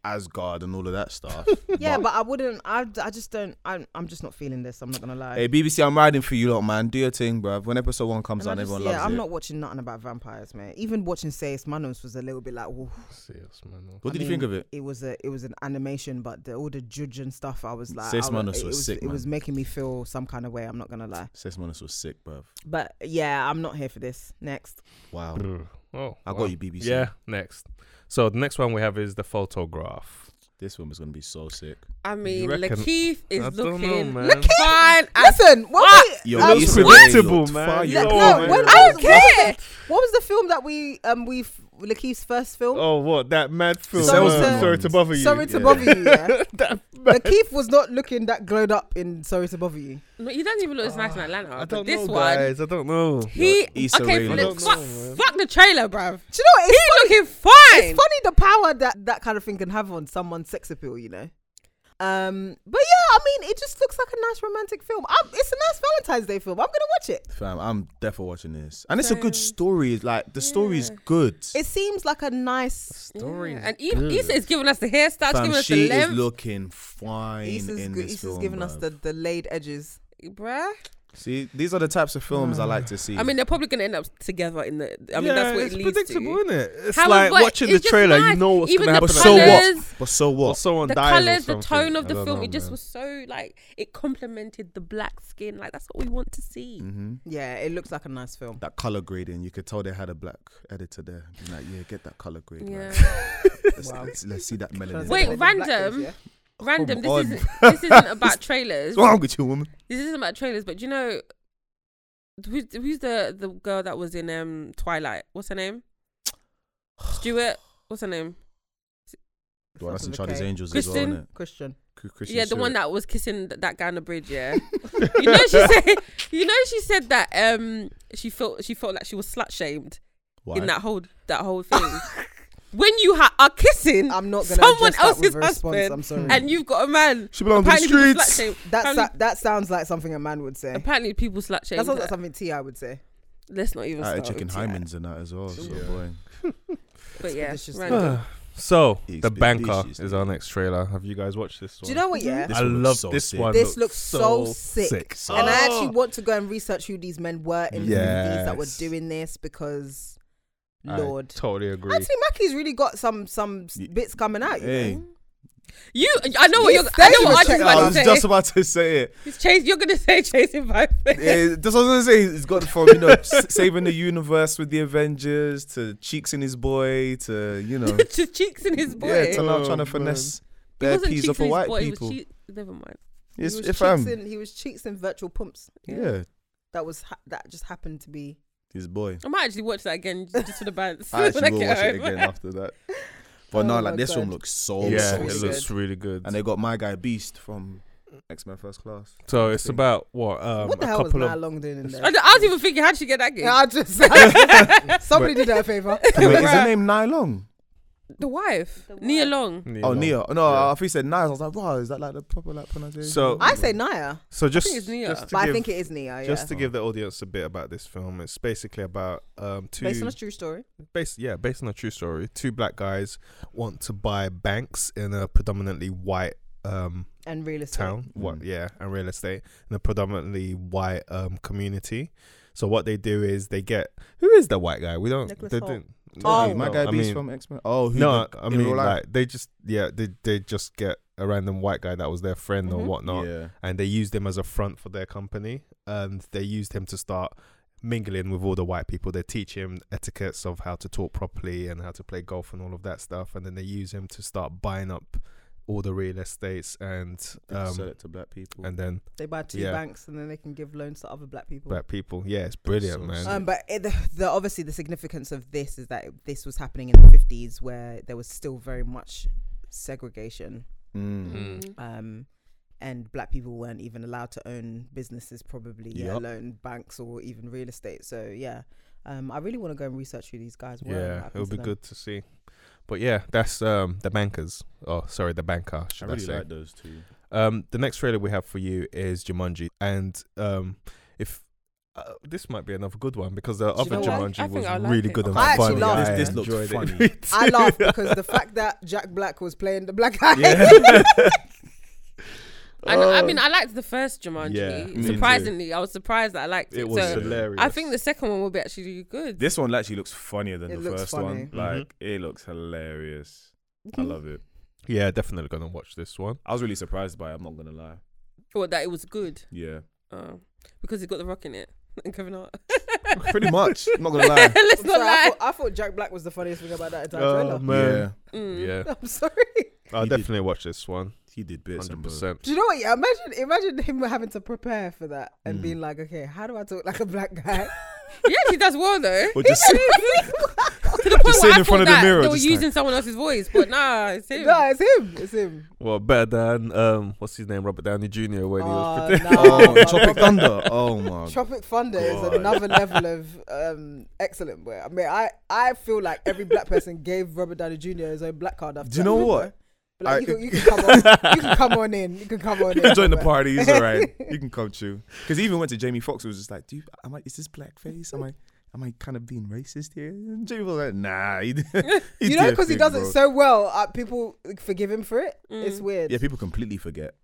Asgard and all of that stuff. Yeah, but I wouldn't. I, I just don't. I'm, I'm just not feeling this. I'm not gonna lie. hey BBC, I'm riding for you lot, man. Do your thing, bruv. When episode one comes And I out, just- everyone yeah, loves I'm it. not watching nothing about vampires, man. Even watching Seis Manos was a little bit like, Ooh. Serious, man. what I did you think mean, of it? It was a, it was an animation, but the, all the judge and stuff, I was like, Seis I Manos it was sick, It was man. making me feel some kind of way. I'm not gonna lie, Six Minutes was sick, bruv. but yeah, I'm not here for this. Next, Wow. Oh, I wow. got you, BBC. Yeah, next. So the next one we have is the photograph. This one was gonna be so sick. I mean, reckon- Lakeith is I don't know, looking man. fine. as- listen, what? What? we- Yo, um, Issa what? Rae predictable, looked man. fire. Yeah, No, Oh, man. when, I I don't don't care. What was the film that we um we Lakeith's first film? Oh, what that mad film? Sorry Uh, to- sorry to bother you. Sorry to yeah. bother you. Yeah. That mad- Lakeith was not looking that glowed up in Sorry to bother you. No, he doesn't even look as nice in Atlanta. I but don't this know, one, guys. I don't know. he Issa Rae okay. Look, looks- I fuck, don't know, man. fuck the trailer, bruv. Do you know what? He It's looking fine. it's funny the power that that kind of thing can have on someone's sex appeal, you know. Um, but yeah, I mean, it just looks like a nice romantic film. i it's a nice Valentine's Day film. I'm gonna watch it. Fam, I'm definitely watching this, and it's a good Same. story. Like the story is Yeah. good. It seems like a nice. Story. Yeah, is And good. E- Issa is giving us the hairstyle, she's Fam, giving us she the is length, looking fine Issa's, in good, this Issa's film. giving us bruv. the, the laid edges. bruh. See, these are the types of films I like to see. I mean, they're probably gonna end up together in the. I mean, that's what it's it leads predictable, to. isn't it? It's How- like but watching it's the just trailer. You nice. know what's Even gonna the happen. But so what? colours, but so Or what? someone the dies or colors, the something. tone of I the don't film, know, it just man. was so like it complemented the black skin. Like that's what we want to see. Mm. hmm Yeah, it looks like a nice film. That color grading, you could tell they had a black editor there. Being like, yeah, get that color grade. man. Let's, Wow. let's, let's see that melanin. Wait, Black random? days, yeah? Come Random. This on. isn't this isn't about trailers. What's wrong with you, woman? This isn't about trailers, but do you know who's, who's the the girl that was in um Twilight? What's her name? Stewart. What's her name? Well, that's in Fucking Charlie's okay. Angels as well, Kristen? isn't it? Christian. K- Christian yeah, the one Stewart. that was kissing th- that guy on the bridge. Yeah, you know she said, you know she said that um she felt she felt like she was slut shamed Why? in that whole that whole thing. when you ha- are kissing I'm not gonna someone address that else's with a response, husband I'm sorry. and you've got a man, She belongs to the apparently people streets. slut shame- That apparently, sa- that sounds like something a man would say. apparently people slut shame. That sounds like her. something T I would say. Let's not even Ah, start. chicken with that. hymens and that as well. So Yeah. boy. But yeah, Expeditious. random. So It's the been banker issues, is though. our next trailer. Have you guys watched this one? Do you know what? Yeah, This I one looks love so this sick. one. This looks so sick. So- and I Oh. actually want to go and research who these men were in movies that were Yes. doing this because, I Lord, totally agree. Anthony Mackie's really got some some s- Ye- bits coming out. you Hey, know? you. I know what You you're. I know say what I you just check I about to was say. just about to say it. It's chase. You're gonna say chasing my Yeah, that's what I was gonna say. He's got from you know s- saving the universe with the Avengers to cheeks in his boy to you know to cheeks in his boy. yeah to now Oh, trying to man. finesse He bare wasn't peas cheeks off in of his white boy, he was people. cheek- Never mind. He was Yes, if cheeks I'm in he was cheeks in virtual pumps. yeah That was ha- that just happened to be. his boy. I might actually watch that again just for the balance. I actually when will get watch it home. again after that. But Oh no, my like this God. one looks Yeah, so yeah, so really it sick. looks really good. And they got my guy Beast from X Men First Class. so it's think- about what? Um, what the a hell was couple Niall of Long doing in I, there? d- I was even thinking, how'd she get that gig? Yeah, I just somebody did her a favor. Wait, is Bruh. her name Nylong? Long? the wife, Nia Long. Neil Oh, Long. Nia. No, Yeah. I think he said Niles. I was like, wow, is that like the proper like pronunciation? So- I say Nia, So just, it's Nia. just to but I give- think it is Nia. Yeah. just to give the audience a bit about this film, it's basically about um, two Based on a true story. based yeah based on a true story two black guys want to buy banks in a predominantly white um and real estate. town what Mm. yeah and real estate in a predominantly white um community so what they do is they get who is the white guy we don't Nicholas they Hoult. didn't Oh, no, my guy I Beast mean- from X Men. Oh, who no the- i in mean real life? like they just yeah they, they just get a random white guy that was their friend or Mm-hmm. Mhm. whatnot yeah. and they used him as a front for their company and they used him to start mingling with all the white people they teach him etiquettes of how to talk properly and how to play golf and all of that stuff and then they use him to start buying up all the real estates and They just sell um, it to black people. and then They buy two Yeah. banks and then they can give loans to other black people. black people yeah it's brilliant So man sick. Um, but it, the, the obviously the significance of this is that this was happening in the fifties where there was still very much segregation, Mm. Mm. um, and black people weren't even allowed to own businesses, probably let Yup. alone banks or even real estate. So yeah, um, I really want to go and research who these guys were. and what yeah happened it'll to be them. good to see but yeah that's um the bankers oh sorry the banker I should i, really say like those two. Um, the next trailer we have for you is Jumanji, and um, if uh, this might be another good one because the you other know what? Jumanji I think was I like really it. good and I actually funny. laughed. I This- this looks enjoyed it. funny. Me too. I laugh because the fact that Jack Black was playing the black guy. I, I Uh, mean, I liked the first Jumanji. Yeah, me too. Surprisingly, I was surprised that I liked it. it was so hilarious. I think the second one will be actually good. This one actually looks funnier than It the looks first funny. one. Like it looks hilarious. I love it. yeah, definitely gonna watch this one. I was really surprised by it. I'm not gonna lie. Well, that it was good Yeah, oh, because it got the rock in it and Kevin Hart. pretty much. I'm not gonna lie. Let's I'm not sorry, I, lie. thought, I thought Jack Black was the funniest thing about that entire Oh trailer. man, yeah, Mm. I'm sorry. I'll He did- definitely watch this one. he did bits. Hundred and bits. percent. Do you know what? Yeah, imagine, imagine him having to prepare for that and Mm. being like, okay, how do I talk like a black guy? Yeah, she does well though. Or just To the point sitting where I in thought front of the that mirror they were just like- using someone else's voice, but nah, it's him. no, it's him. It's him. Well, better than um, what's his name, Robert Downey Jr. When he was Oh, pretending- no. oh, Nah, bro. Tropic Thunder. Oh my. Tropic Thunder God. is another level of um, excellent. Where I mean, I, I feel like every black person gave Robert Downey Jr. his own black card after. Do you that know film, what? bro. But like, I- you, can, you can come on, you can come on in. You can come on in. Join the bro. party. It's all right. You can come too. Because even went to Jamie Foxx. it Was just like, do you, am I? Is this blackface? Am I? Am I kind of being racist here? And Jamie was like, nah. He, did- he You know, did because he think, does bro. it so well, uh, people forgive him for it. Mm. It's weird. Yeah, people completely forget.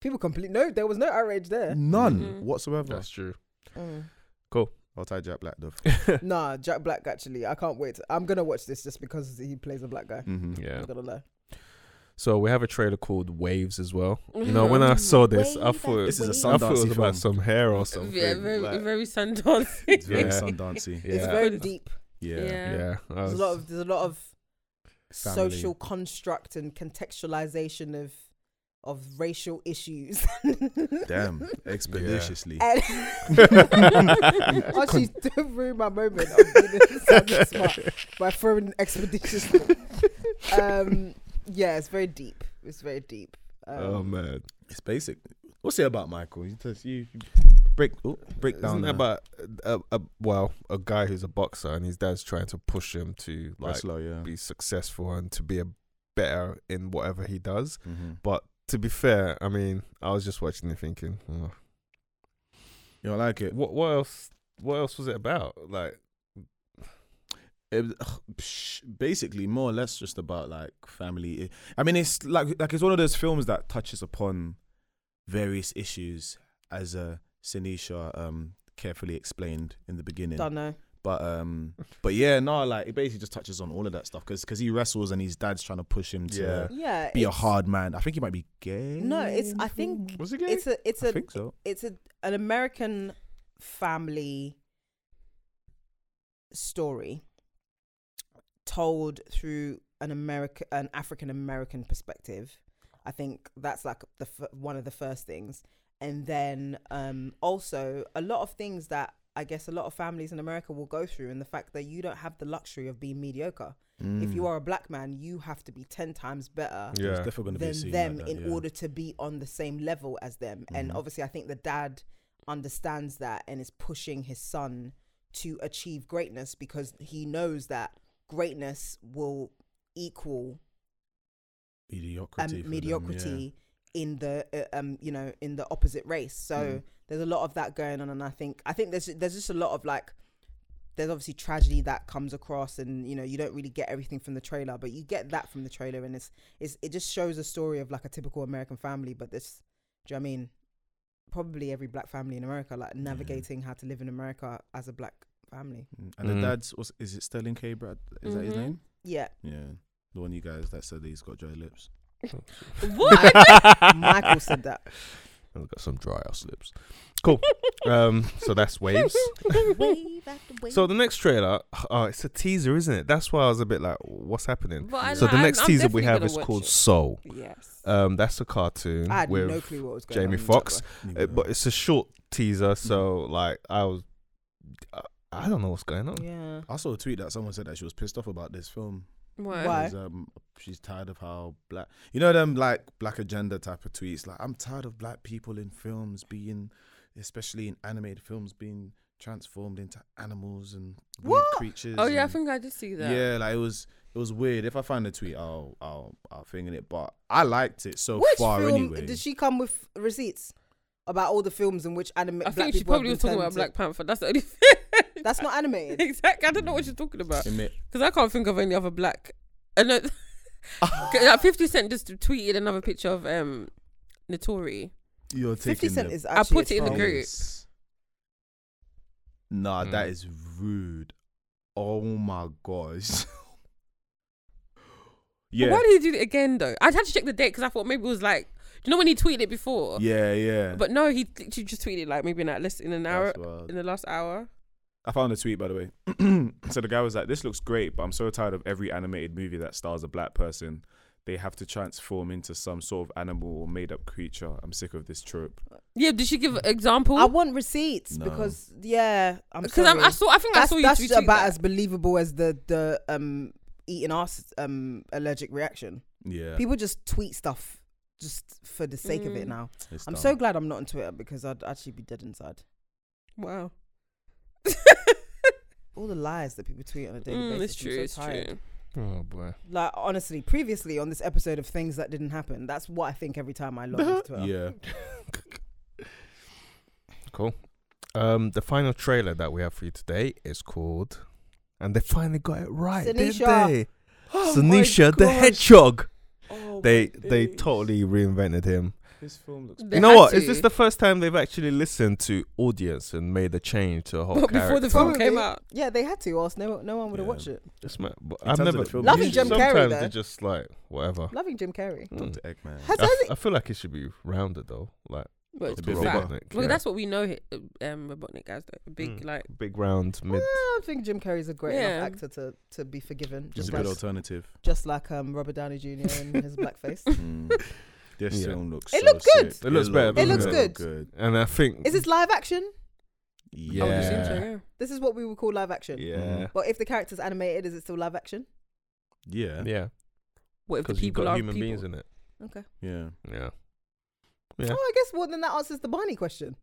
People complete. No, there was no outrage there. None Mm. whatsoever. That's true. Mm. I'll tie Jack Black though. Nah, Jack Black. Actually, I can't wait. I'm gonna watch this just because he plays a black guy. Mm-hmm. yeah. I'm gonna lie. So we have a trailer called Waves as well. You know, when I saw this, I thought This is a I thought it was Sundance about film. some hair or something. yeah, very, like- very Sundance. It's very Yeah. Sundancey. yeah. It's very deep. Yeah. yeah. I There's was- a lot of there's a lot of Family. social construct and contextualization of of racial issues. Damn. Expeditiously. And actually ruined my moment of being sounding smart by throwing expeditiously. Um, yeah, it's very deep. It's very deep. oh man, It's basic. What's it about Michael? You just you, you break oh, break down isn't that the about a, a well a guy who's a boxer and his dad's trying to push him to like wrestler, yeah. be successful and to be a better in whatever he does. Mhm. But to be fair, I mean, I was just watching it thinking, oh. You don't like it. what what else? What else was it about? Like, it was- ugh, psh, basically more or less just about like family. I mean, it's like like it's one of those films that touches upon various issues, as uh, Sinisha um, carefully explained in the beginning. Don't know. But um, but yeah, no, like it basically just touches on all of that stuff because he wrestles and his dad's trying to push him to Yeah. Yeah. be a it's- hard man. I think he might be gay. No, it's. I think was it it's a. It's I a. think so. It's a an American family story told through an American, an African American perspective. I think that's like the f- one of the first things, and then um, also a lot of things that I guess a lot of families in America will go through, and the fact that you don't have the luxury of being mediocre. If Mm. you are a black man, you have to be ten times better There's yeah, definitely going to be a than scene them like that, in yeah. order to be on the same level as them. And Mhm. obviously, I think the dad understands that and is pushing his son to achieve greatness because he knows that greatness will equal um, mediocrity. for them, yeah. mediocrity in the uh, um you know in the opposite race. So there's a lot of that going on, and I think I think there's there's just a lot of like there's obviously tragedy that comes across, and you know you don't really get everything from the trailer, but you get that from the trailer, and it's it's it just shows a story of like a typical American family, but this do you know what I mean? Probably every black family in America, like navigating how to live in America as a black family. Mm. And the Mm. dad's was is it Sterling K. Brad? Is that his Mhm. Mm-hmm. name? Yeah, Yeah, the one you guys that said that he's got dry lips. What? Michael said that. I've got some dry ass lips. Cool. um, so that's waves. Wave after wave. So the next trailer, oh, it's a teaser, isn't it? That's why I was a bit like, what's happening? But I So like- the I'm- next I'm teaser we definitely have gonna is watch called it. Soul. Yes. Um, that's a cartoon I had with no clue what was going on. Jamie in that Foxx, Anyway, uh, but it's a short teaser. So like, I was, I, I don't know what's going on. one. Yeah. I saw a tweet that someone said that she was pissed off about this film. Why? Why? Because, um, she's tired of how black, you know, them like black agenda type of tweets. Like, I'm tired of black people in films being, especially in animated films, being transformed into animals and weird What? creatures. Oh yeah, I and- think I did see that. Yeah, like it was. It was weird. If I find the tweet, I'll I'll I'll thing in it. But I liked it so which far film anyway. did she come with receipts about all the films in which anime? I black think she people have probably been was talking turned about Black into- Panther. That's the only thing. That's not animated. exactly. I don't know what you're talking about Mm. In it. because I can't think of any other black. Uh, no, 'Cause, like Fifty Cent just tweeted another picture of um Notori. You're Fifty taking Cent the is. I Actually put it in the troll. group. piss. Nah, that Mm. is rude. Oh my gosh. yeah. Why did he do it again though? I had to check the date because I thought maybe it was like, you know, when he tweeted it before. Yeah, yeah. But no, he literally just tweeted like maybe in that less in an hour That's wild. in the last hour. I found a tweet by the way. so the guy was like, "This looks great, but I'm so tired of every animated movie that stars a black person. They have to transform into some sort of animal or made-up creature. I'm sick of this trope." Yeah, did she give Mm. an example? I want receipts No. because yeah, I'm Because I'm, sorry. I saw, I think I that's saw you that's tweeting about that. as believable as the the um eating ass um allergic reaction. Yeah. People just tweet stuff just for the sake of it Mm. now. it's I'm dumb. so glad I'm not on Twitter because I'd actually be dead inside. Wow. All the lies that people tweet on a daily Mm, basis. I'm it's true. so it's tired. true. Oh boy. like honestly, previously on this episode of things that didn't happen, that's what I think every time I log into Twitter. Yeah. cool. Um, the final trailer that we have for you today is called, and they finally got it right, Sinisha. didn't they? Oh Sinisha the Hedgehog. they they totally reinvented him. This film looks. They you know had what? Is to. this the first time they've actually listened to audience and made a change to a whole But before the film Probably. came out, Yeah, they had to, or else no, no one would have Yeah. watched it. It's mad. But In I've terms of never. the film Loving Jim Carrey, Sometimes though. they're just like whatever. Loving Jim Carrey. Mm. Dr. Eggman. Has, I, has f- it? I feel like it should be rounded though, like well, it's Dr. big fat. Robotnik, Well, yeah. that's what we know. he- Um, Robotnik guys, though. big Mm. like big round Well, mid. I don't think Jim Carrey's a great Yeah. enough actor to, to be forgiven, It's just a good like, alternative. just like um, Robert Downey Jr. in his blackface. Mm. This Yeah. film looks. It so looked good. sick. It looks better, looked It looks good. And I think Is this live action? I would Yeah. assume so, yeah. This is what we would call live action. yeah But if the character's animated, is it still live action? Yeah. yeah What if the because you've people got are human people? beings in it. Yeah. Yeah. Yeah. Oh, I guess well then that answers the Barney question.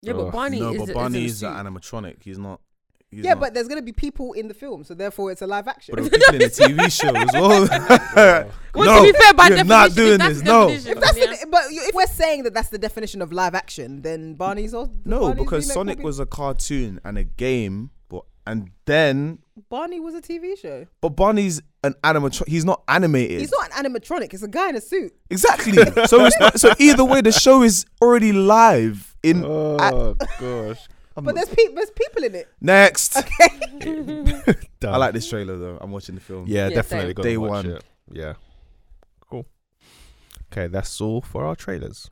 Yeah, Oh. but Barney no, is but is Barney in is, suit. an animatronic. He's not. He's yeah, not. but there's gonna be people in the film, so therefore it's a live action. But people in the TV show as well. Well, to be fair, by you're not definition, doing that's this. the No. definition. If that's Yeah. the, but you- if we're saying that that's the definition of live action, then Barney's also No, Barney's because remake Sonic will be- was a cartoon and a game, but and then Barney was a TV show. but Barney's an animatronic. He's not animated. He's not an animatronic. It's a guy in a suit. exactly. so it's not, so either way, the show is already live. In um, Oh gosh. But there's pe- there's people in it. next, Done. I like this trailer though. I'm watching the film. Yeah, Yeah, definitely same. got to Day watch one. it. Yeah. Cool. Okay, that's all for our trailers.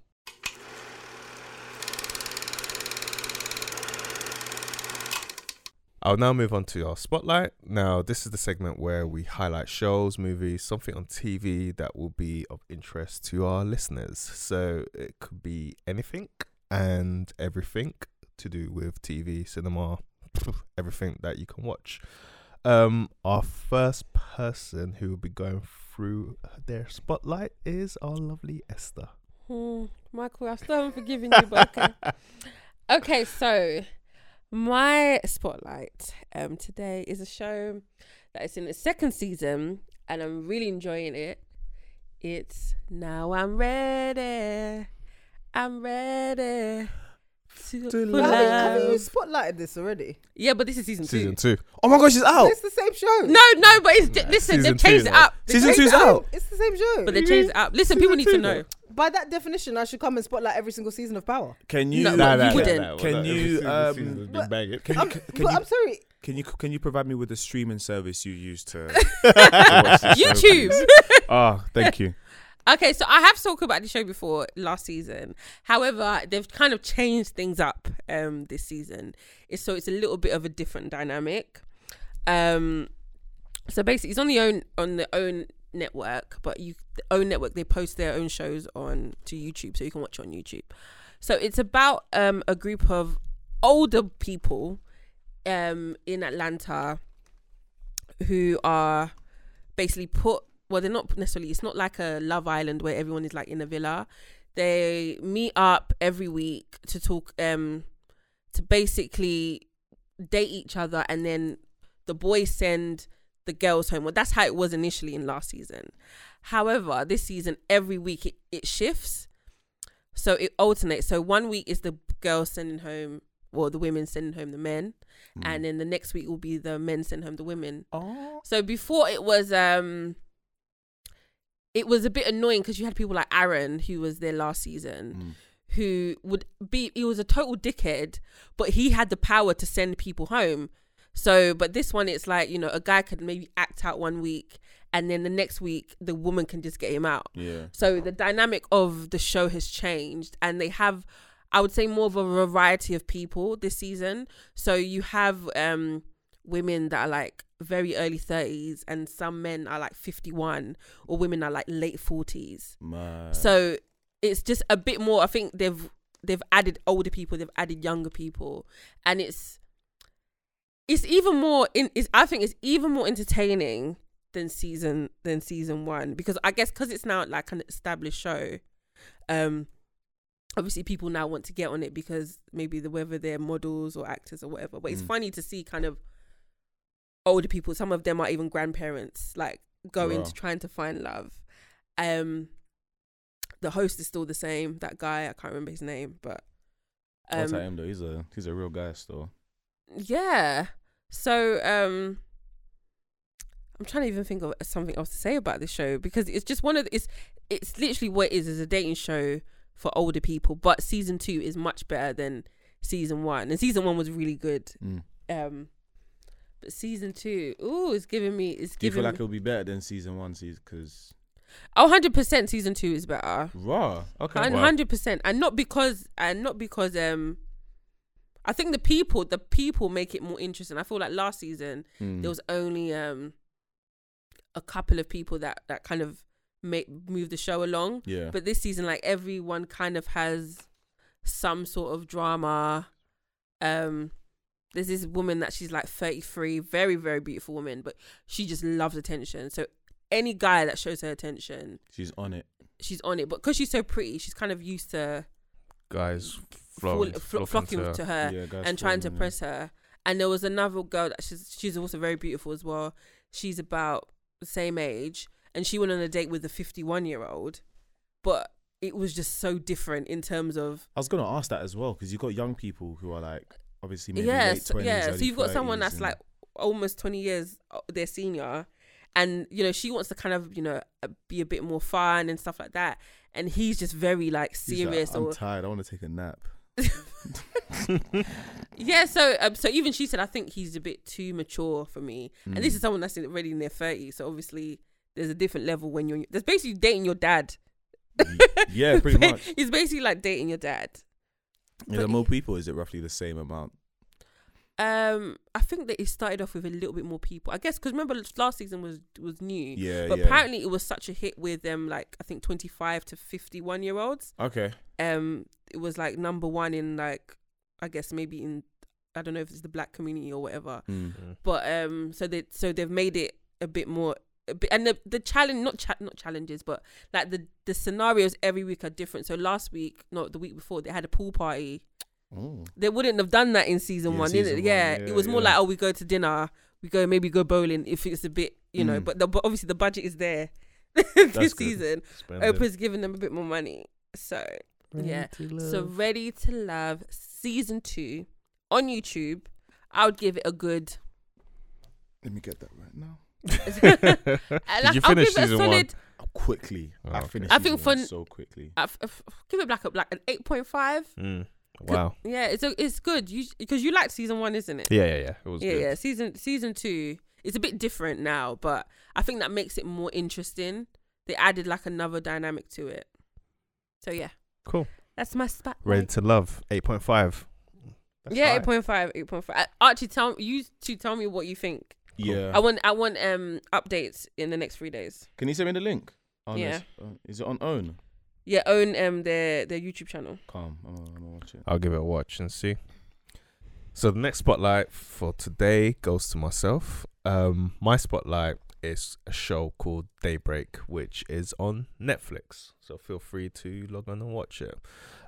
I'll now move on to our spotlight. Now, this is the segment where we highlight shows, movies, something on TV that will be of interest to our listeners. So it could be anything and everything to do with TV, cinema, everything that you can watch. Um, our first person who will be going through their spotlight is our lovely Esther. Hmm, Michael, I still haven't forgiven you, but okay. Okay, so my spotlight um today is a show that is in its second season and I'm really enjoying it. It's Now I'm Ready. I'm ready. To To for love. But haven't, haven't you love. spotlighted this already? Yeah, but this is season, Season two. two. Oh my gosh, it's out. It's the same show. No, no, but it's listen, season they've two, changed though. it up. They Season changed two's it up. out. It's the same show. But they changed it up. Listen, people need to know. By that definition, I should come and spotlight every single season of Power. Can you? No, Nah, you nah, nah, wouldn't. nah, Can nah, you? every single Um, season's been But- banging. can I'm- you? Can but you? I'm sorry. Can you? Can you provide me with the streaming service you use to? YouTube. Ah, thank you. Okay, so I have talked about the show before last season. However, they've kind of changed things up um this season. It's, so it's a little bit of a different dynamic. Um so basically it's on the own on the own network, but you the own network they post their own shows on to YouTube so you can watch it on YouTube. So it's about um a group of older people um in Atlanta who are basically put well they're not necessarily it's not like a love island where everyone is like in a villa they meet up every week to talk um to basically date each other and then the boys send the girls home well that's how it was initially in last season however this season every week it, it shifts so it alternates so one week is the girls sending home or the women sending home the men Mm, and then the next week will be the men sending home the women Oh. so before it was um it was a bit annoying because you had people like Aaron who was there last season mm, who would be he was a total dickhead but he had the power to send people home. So but this one it's like you know a guy could maybe act out one week and then the next week the woman can just get him out. Yeah. So the dynamic of the show has changed, and they have, I would say, more of a variety of people this season. So you have um, women that are like very early 30s, and some men are like 51, or women are like late 40s. My. So it's just a bit more. I think they've they've added older people, they've added younger people, and it's it's even more in. It's, I think it's even more entertaining than season than season one because I guess because it's now like an established show, um, obviously people now want to get on it because maybe the whether they're models or actors or whatever. But it's Mm. funny to see kind of older people. Some of them are even grandparents, like going Wow. to trying to find love. Um, the host is still the same. That guy I can't remember his name, but um, What's at him though? He's a he's a real guy still. yeah so um i'm trying to even think of something else to say about this show because it's just one of the, it's it's literally what it is is a dating show for older people but season two is much better than season one and season one was really good Mm. um but season two ooh it's giving me it's Do you giving feel like me, it'll be better than season one? Season because oh 100% season two is better raw. Okay. One hundred percent, and not because, and not because. Um, I think the people, the people make it more interesting. I feel like last season Mm. there was only um a couple of people that that kind of make move the show along, Yeah. but this season, like everyone kind of has some sort of drama. Um, there's this woman that she's like thirty three, very very beautiful woman, but she just loves attention. So any guy that shows her attention, She's on it. she's on it, but because she's so pretty, she's kind of used to guys fall- flowing, flo- uh, flocking to her, Yeah, guys uh, and trying to falling, yeah. press her. And there was another girl that she's she's also very beautiful as well. She's about the same age, and she went on a date with a fifty-one year old, but it was just so different in terms of I was gonna ask that as well because you've got young people who are like obviously maybe yes, late 20s, yeah. So early you've got someone 30s, that's and- like almost twenty years uh, their senior, and you know she wants to kind of you know uh, be a bit more fun and stuff like that. And he's just very like he's like, serious I'm or tired. I want to take a nap. Yeah, so um, so even she said, I think he's a bit too mature for me, Mm. and this is someone that's already in their thirties. So obviously, there's a different level when you're. There's basically dating your dad. yeah, pretty Ba- much. It's basically like dating your dad. Is there more people? Is it roughly the same amount? Um, I think that it started off with a little bit more people. I guess because remember last season was was new, Yeah, but yeah. apparently it was such a hit with um like I think 25 to 51 year olds. Okay. Um, it was like number one in like I guess maybe in I don't know if it's the black community or whatever. Hmm. but um so they so they've made it a bit more a bit, and the the challenge not cha- not challenges but like the the scenarios every week are different so last week no the week before they had a pool party they wouldn't have done that in season Yeah, one season did it one, yeah, yeah, it was more yeah. like oh we go to dinner we go maybe go bowling if it's a bit you know Mm. but, the, but obviously the budget is there this good. season Oprah's giving them a bit more money so yeah so ready to love season two on YouTube I would give it a good Let me get that right now. I Did you uh, I'll finish give it a season one? solid. Quickly, Oh, I okay. finished. I think season one for- so quickly. I f- f- give it like a like an eight point five. Mm. Wow. Yeah, it's a, it's good. You because you liked season one, isn't it? Yeah, yeah, yeah. It was yeah, good. yeah. Season season two, it's a bit different now, but I think that makes it more interesting. They added like another dynamic to it. So yeah, Cool. that's my spot. Ready to love. Eight point five. yeah, 8.5, 8.5. Uh, Archie, tell you two tell me what you think. Yeah. I want I want um updates in the next three days. Can you send me the link? On Yeah. this- on- Is it on own? Yeah, own um their their YouTube channel. Calm. I'm gonna- I'm gonna watch it. I'll give it a watch and see. So the next spotlight for today goes to myself. Um, my spotlight is a show called Daybreak, which is on Netflix. So feel free to log on and watch it.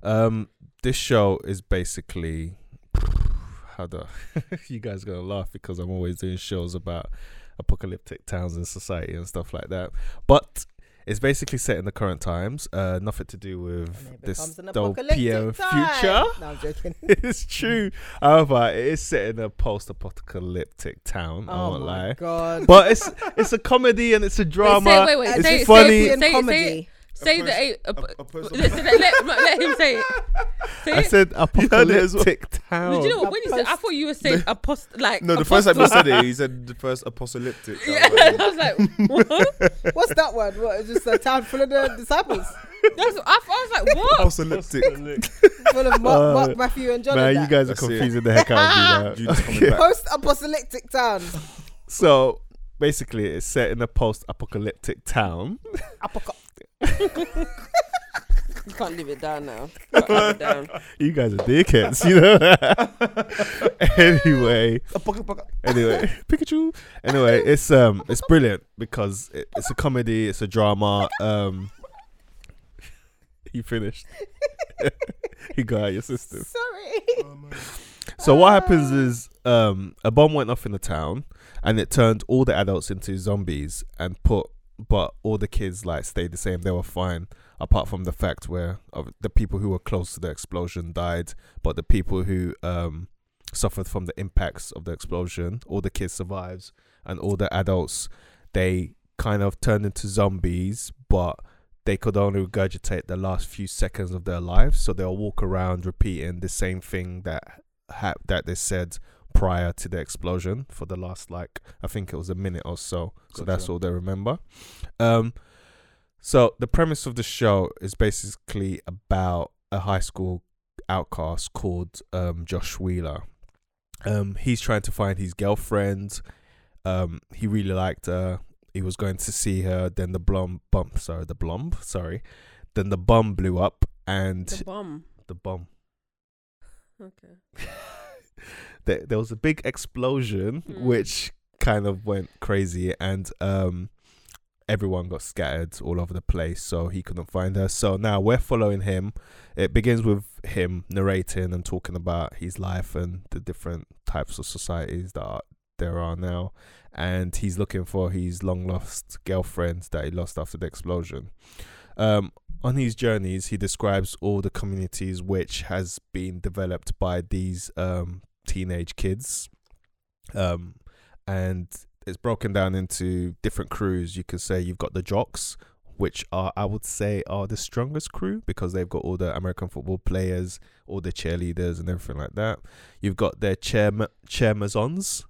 Um, this show is basically how do you guys are gonna laugh because I'm always doing shows about apocalyptic towns and society and stuff like that. But it's basically set in the current times. Uh, nothing to do And with it this becomes an dystopian apocalyptic time. future No, I'm joking. it's true. However, it is set in a post-apocalyptic town. I Oh won't my lie. god. But it's it's a comedy and it's a Wait, drama. say, wait, wait, it's say, it, funny. Say, Dystopian it, say, it, say, it. comedy. Say the Opposed- eight. Uh, op- opposed- let, let, let- let him say it. Say I it. heard it said as well. apocalyptic town. Did you know what? When he said, I thought you were saying apost like. No, "Oh." the first time you apostle. said it, he said the first apocalyptic. Yeah, I was like, what? What's that word? What? It's just a town full of the disciples, That's what I, I was like, what? Apocalyptic. full of Mark, Mark Matthew, and John. Oh, Man, and you that. guys are That's it. confusing the heck out of me. You now. just coming back. Post-apocalyptic town. So basically, it's set in a post-apocalyptic town. You can't leave it down now. You can't leave it down. You guys are dickheads, you know. anyway, anyway, Pikachu. Anyway, it's um, it's brilliant because it, it's a comedy, it's a drama. Um, you finished. you got out your system. Sorry. So what happens is um, a bomb went off in the town, and it turned all the adults into zombies and put, but all the kids like stayed the same. They were fine, apart from the fact where uh, the people who were close to the explosion died, but the people who um, suffered from the impacts of the explosion, all the kids survives, and all the adults they kind of turned into zombies, but they could only regurgitate the last few seconds of their lives, so they'll walk around repeating the same thing that ha- that they said prior to the explosion for the last like I think it was a minute or so. So that's Gotcha. all they remember. Um, so the premise of the show is basically about a high school outcast called um, Josh Wheeler. Um, he's trying to find his girlfriend. Um, he really liked her. He was going to see her. Then the blom bump, sorry, the blom, sorry. Then the bomb blew up, and The bomb. the bomb. Okay. there, there was a big explosion Mm. which kind of went crazy and um everyone got scattered all over the place, so he couldn't find her. So now we're following him. It begins with him narrating and talking about his life and the different types of societies that are, there are now, and he's looking for his long lost girlfriend that he lost after the explosion. Um, on his journeys, he describes all the communities which has been developed by these um, teenage kids, um, and it's broken down into different crews. You could say you've got the jocks, which are I would say are the strongest crew because they've got all the American football players, all the cheerleaders, and everything like that. You've got their chair chairmazons,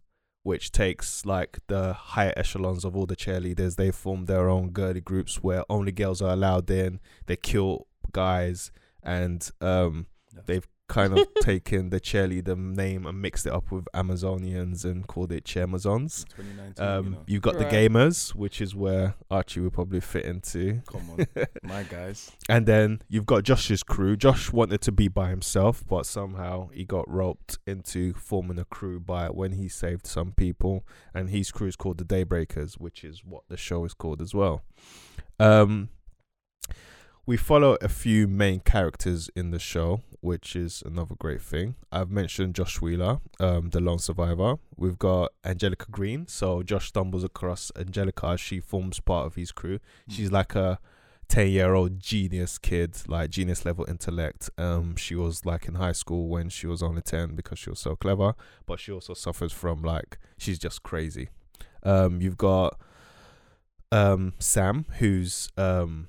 which takes like the higher echelons of all the cheerleaders. They form their own girly groups where only girls are allowed in. They kill guys, and um, they've kind of taken the cheerleader name and mixed it up with Amazonians and called it Chairmazons. 2019, Um, you know. You've got Right. the gamers, which is where Archie would probably fit into. Come on, my guys. And then you've got Josh's crew. Josh wanted to be by himself, but somehow he got roped into forming a crew by when he saved some people. And his crew is called the Daybreakers, which is what the show is called as well. Um, we follow a few main characters in the show, which is another great thing. I've mentioned Josh Wheeler, um, the lone survivor. We've got Angelica Green. So Josh stumbles across Angelica. as She forms part of his crew. She's like a 10 year old genius kid like genius level intellect um she was like in high school when she was only 10 because she was so clever but she also suffers from like she's just crazy um you've got um sam who's um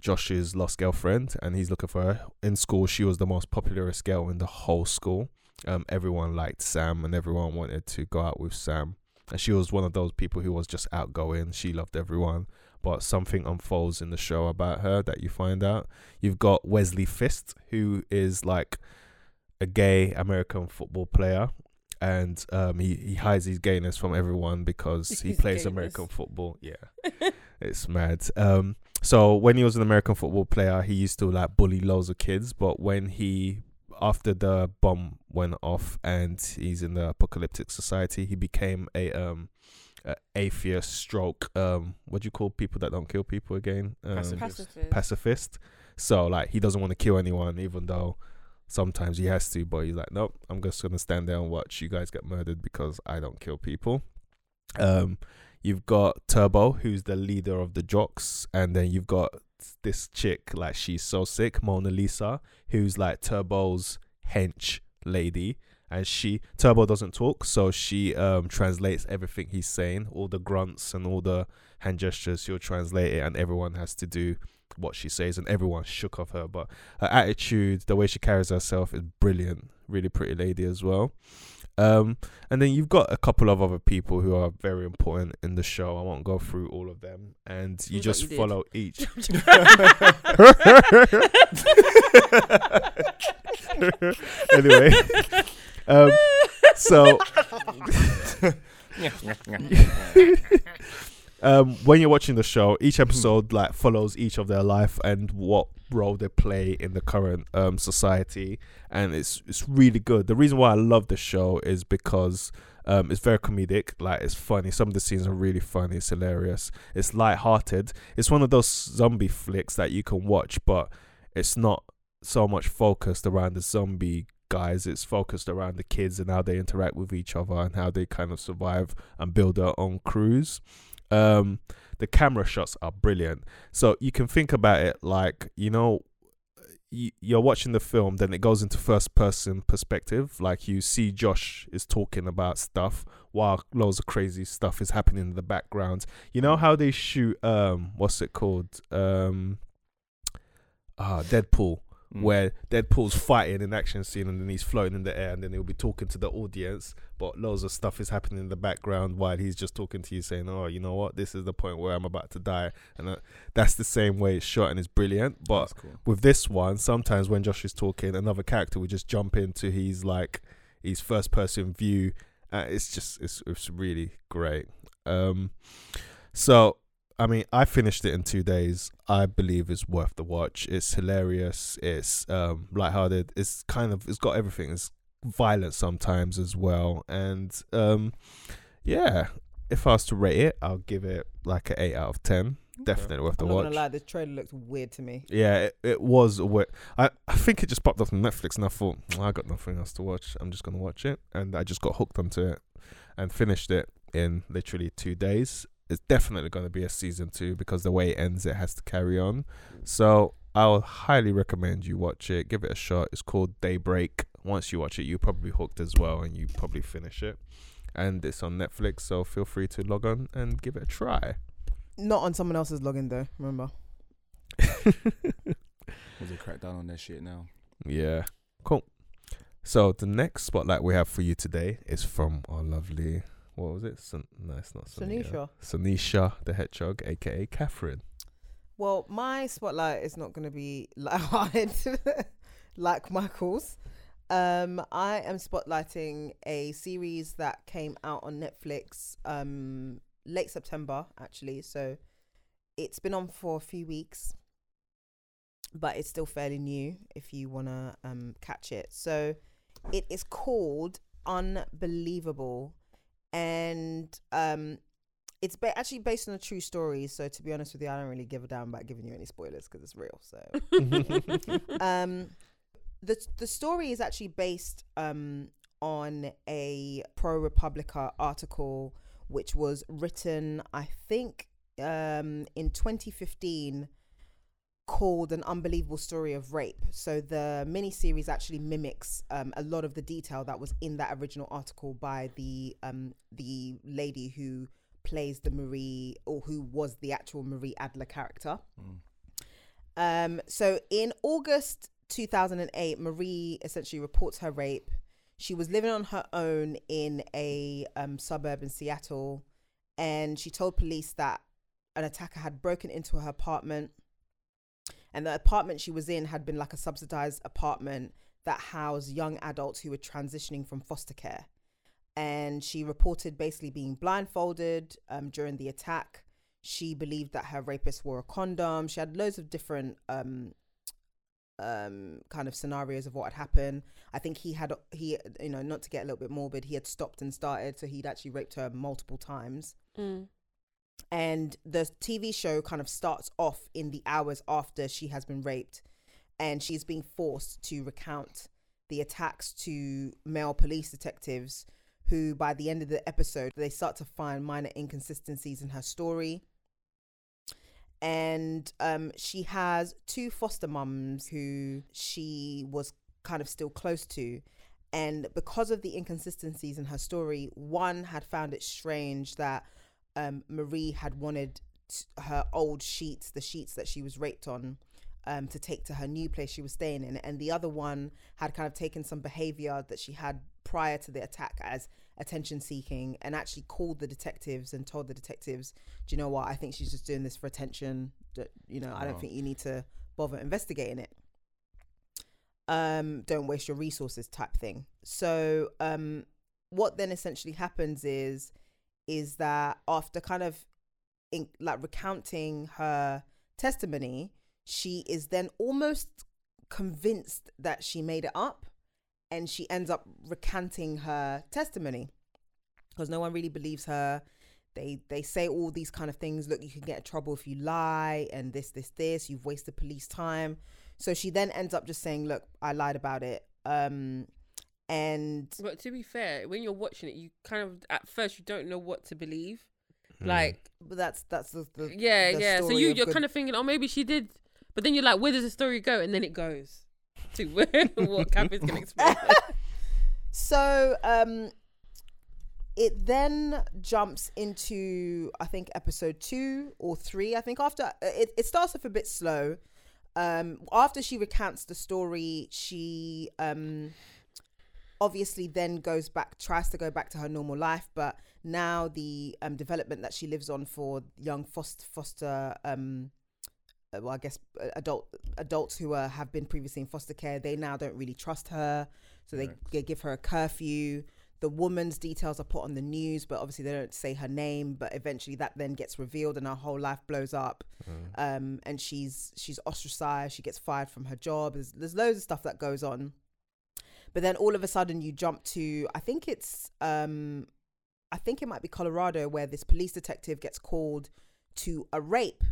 josh's lost girlfriend and he's looking for her in school she was the most popularest girl in the whole school um everyone liked sam and everyone wanted to go out with sam and she was one of those people who was just outgoing she loved everyone but something unfolds in the show about her that you find out. You've got Wesley Fist, who is like a gay American football player, and um, he he hides his gayness from everyone because he His plays gayness. American football. Yeah, it's mad. Um, so when he was an American football player, he used to like bully loads of kids, but when he after the bomb went off and he's in the apocalyptic society, he became a um a atheist stroke um what do you call people that don't kill people again? Um, Pacifist. pacifist. So like he doesn't want to kill anyone, even though sometimes he has to. But he's like, nope, I'm just gonna stand there and watch you guys get murdered because I don't kill people. Um, you've got Turbo, who's the leader of the Jocks, and then you've got this chick, like she's so sick, Mona Lisa, who's like Turbo's hench lady. And she Turbo doesn't talk, so she um translates everything he's saying, all the grunts and all the hand gestures. She'll translate it, and everyone has to do what she says, and everyone's shook of her. But her attitude, the way she carries herself, is brilliant. Really pretty lady as well. Um, and then you've got a couple of other people who are very important in the show. I won't go through all of them, and you Sounds like just you did. follow each. Anyway, um, so um, when you're watching the show, each episode like follows each of their life and what role they play in the current um, society, and it's it's really good. The reason why I love the show is because um, it's very comedic. Like it's funny. Some of the scenes are really funny. It's hilarious. It's light-hearted. It's one of those zombie flicks that you can watch, but it's not so much focused around the zombie guys. It's focused around the kids and how they interact with each other and how they kind of survive and build their own crews. Um, the camera shots are brilliant. So you can think about it like, you know, y- you're watching the film, then it goes into first person perspective. Like you see Josh is talking about stuff while loads of crazy stuff is happening in the background. You know how they shoot, um, what's it called? Um, ah, Deadpool Mm. where Deadpool's fighting in action scene and then he's floating in the air and then he'll be talking to the audience, but loads of stuff is happening in the background while he's just talking to you, saying, "Oh, you know what? This is the point where I'm about to die," and uh, that's the same way it's shot and it's brilliant. But That's cool. with this one, sometimes when Josh is talking, another character would just jump into his like his first person view. Uh, it's just it's it's really great. Um, so I mean, I finished it in two days. I believe it's worth the watch. It's hilarious. It's um lighthearted. It's kind of it's got everything. It's violent sometimes as well, and um yeah, if I was to rate it, I'll give it like an eight out of ten. Definitely worth the I'm not watch. gonna lie, the trailer looked weird to me. Yeah, it, it was. A wet. I I think it just popped up on Netflix, and I thought "Mm, I got nothing else to watch. I'm just gonna watch it, and I just got hooked onto it, and finished it in literally two days. It's definitely gonna be a season two because the way it ends, it has to carry on. So I'll highly recommend you watch it. Give it a shot. It's called Daybreak. Once you watch it, you're probably hooked as well, and you probably finish it. And it's on Netflix, so feel free to log on and give it a try. Not on someone else's login though. Remember. Was it crack down on their shit now? Yeah. Cool. So the next spotlight we have for you today is from our lovely what was it? Sun no, it's not Sunisha. Tanisha. Sunisha the Hedgehog, aka Catherine. Well, my spotlight is not going to be lighthearted like Michael's. Um, I am spotlighting a series that came out on Netflix um, late September, actually. So it's been on for a few weeks, but it's still fairly new if you want to um, catch it. So it is called Unbelievable. And um, it's ba- actually based on a true story. So to be honest with you, I don't really give a damn about giving you any spoilers because it's real. So um, the the story is actually based um, on a pro Republica article, which was written, I think, um, in 2015, called "An Unbelievable Story of Rape." So the miniseries actually mimics um, a lot of the detail that was in that original article by the um, the lady who plays the Marie or who was the actual Marie Adler character. Mm, Um, so in August 2008, Marie essentially reports her rape. She was living on her own in a um, suburb in Seattle, and she told police that an attacker had broken into her apartment, and the apartment she was in had been like a subsidized apartment that housed young adults who were transitioning from foster care. And she reported basically being blindfolded um, during the attack she believed that her rapist wore a condom. She had loads of different um um kind of scenarios of what had happened. I think he had he you know not to get a little bit morbid, he had stopped and started, so he'd actually raped her multiple times Mm. and the TV show kind of starts off in the hours after she has been raped, and she's being forced to recount the attacks to male police detectives, who by the end of the episode they start to find minor inconsistencies in her story. And um, she has two foster mums who she was kind of still close to. And because of the inconsistencies in her story, one had found it strange that um, Marie had wanted t- her old sheets, the sheets that she was raped on, um, to take to her new place she was staying in. And the other one had kind of taken some behavior that she had prior to the attack as attention seeking and actually called the detectives and told the detectives, do you know what? I think she's just doing this for attention. That, you know, I don't Wow. think you need to bother investigating it. Um, don't waste your resources type thing. So, um, what then essentially happens is is that after kind of in, like recounting her testimony, she is then almost convinced that she made it up and she ends up recanting her testimony because no one really believes her. They they say all these kind of things. Look, you can get in trouble if you lie, and this this this. You've wasted police time. So she then ends up just saying, "Look, I lied about it." Um, and But to be fair, when you're watching it, you kind of at first you don't know what to believe. Mm. Mm. Like but that's that's the, the yeah, the yeah. So story you of you're good- kind of thinking, oh, maybe she did, but then you're like, where does the story go? And then it goes to where what Catherine's gonna explain. So um it then jumps into I think episode 2 or 3. I think after uh, it it starts off a bit slow. Um after she recants the story, she um obviously then goes back tries to go back to her normal life, but now the um development that she lives on for young foster foster um uh, well, I guess uh, adult adults who uh, have been previously in foster care, they now don't really trust her, so they, they give her a curfew. The woman's details are put on the news, but obviously they don't say her name. But eventually, that then gets revealed, and her whole life blows up. Mm. Um, and she's she's ostracized. She gets fired from her job. There's, there's loads of stuff that goes on. But then all of a sudden, you jump to I think it's um, I I think it might be Colorado, where this police detective gets called to a rape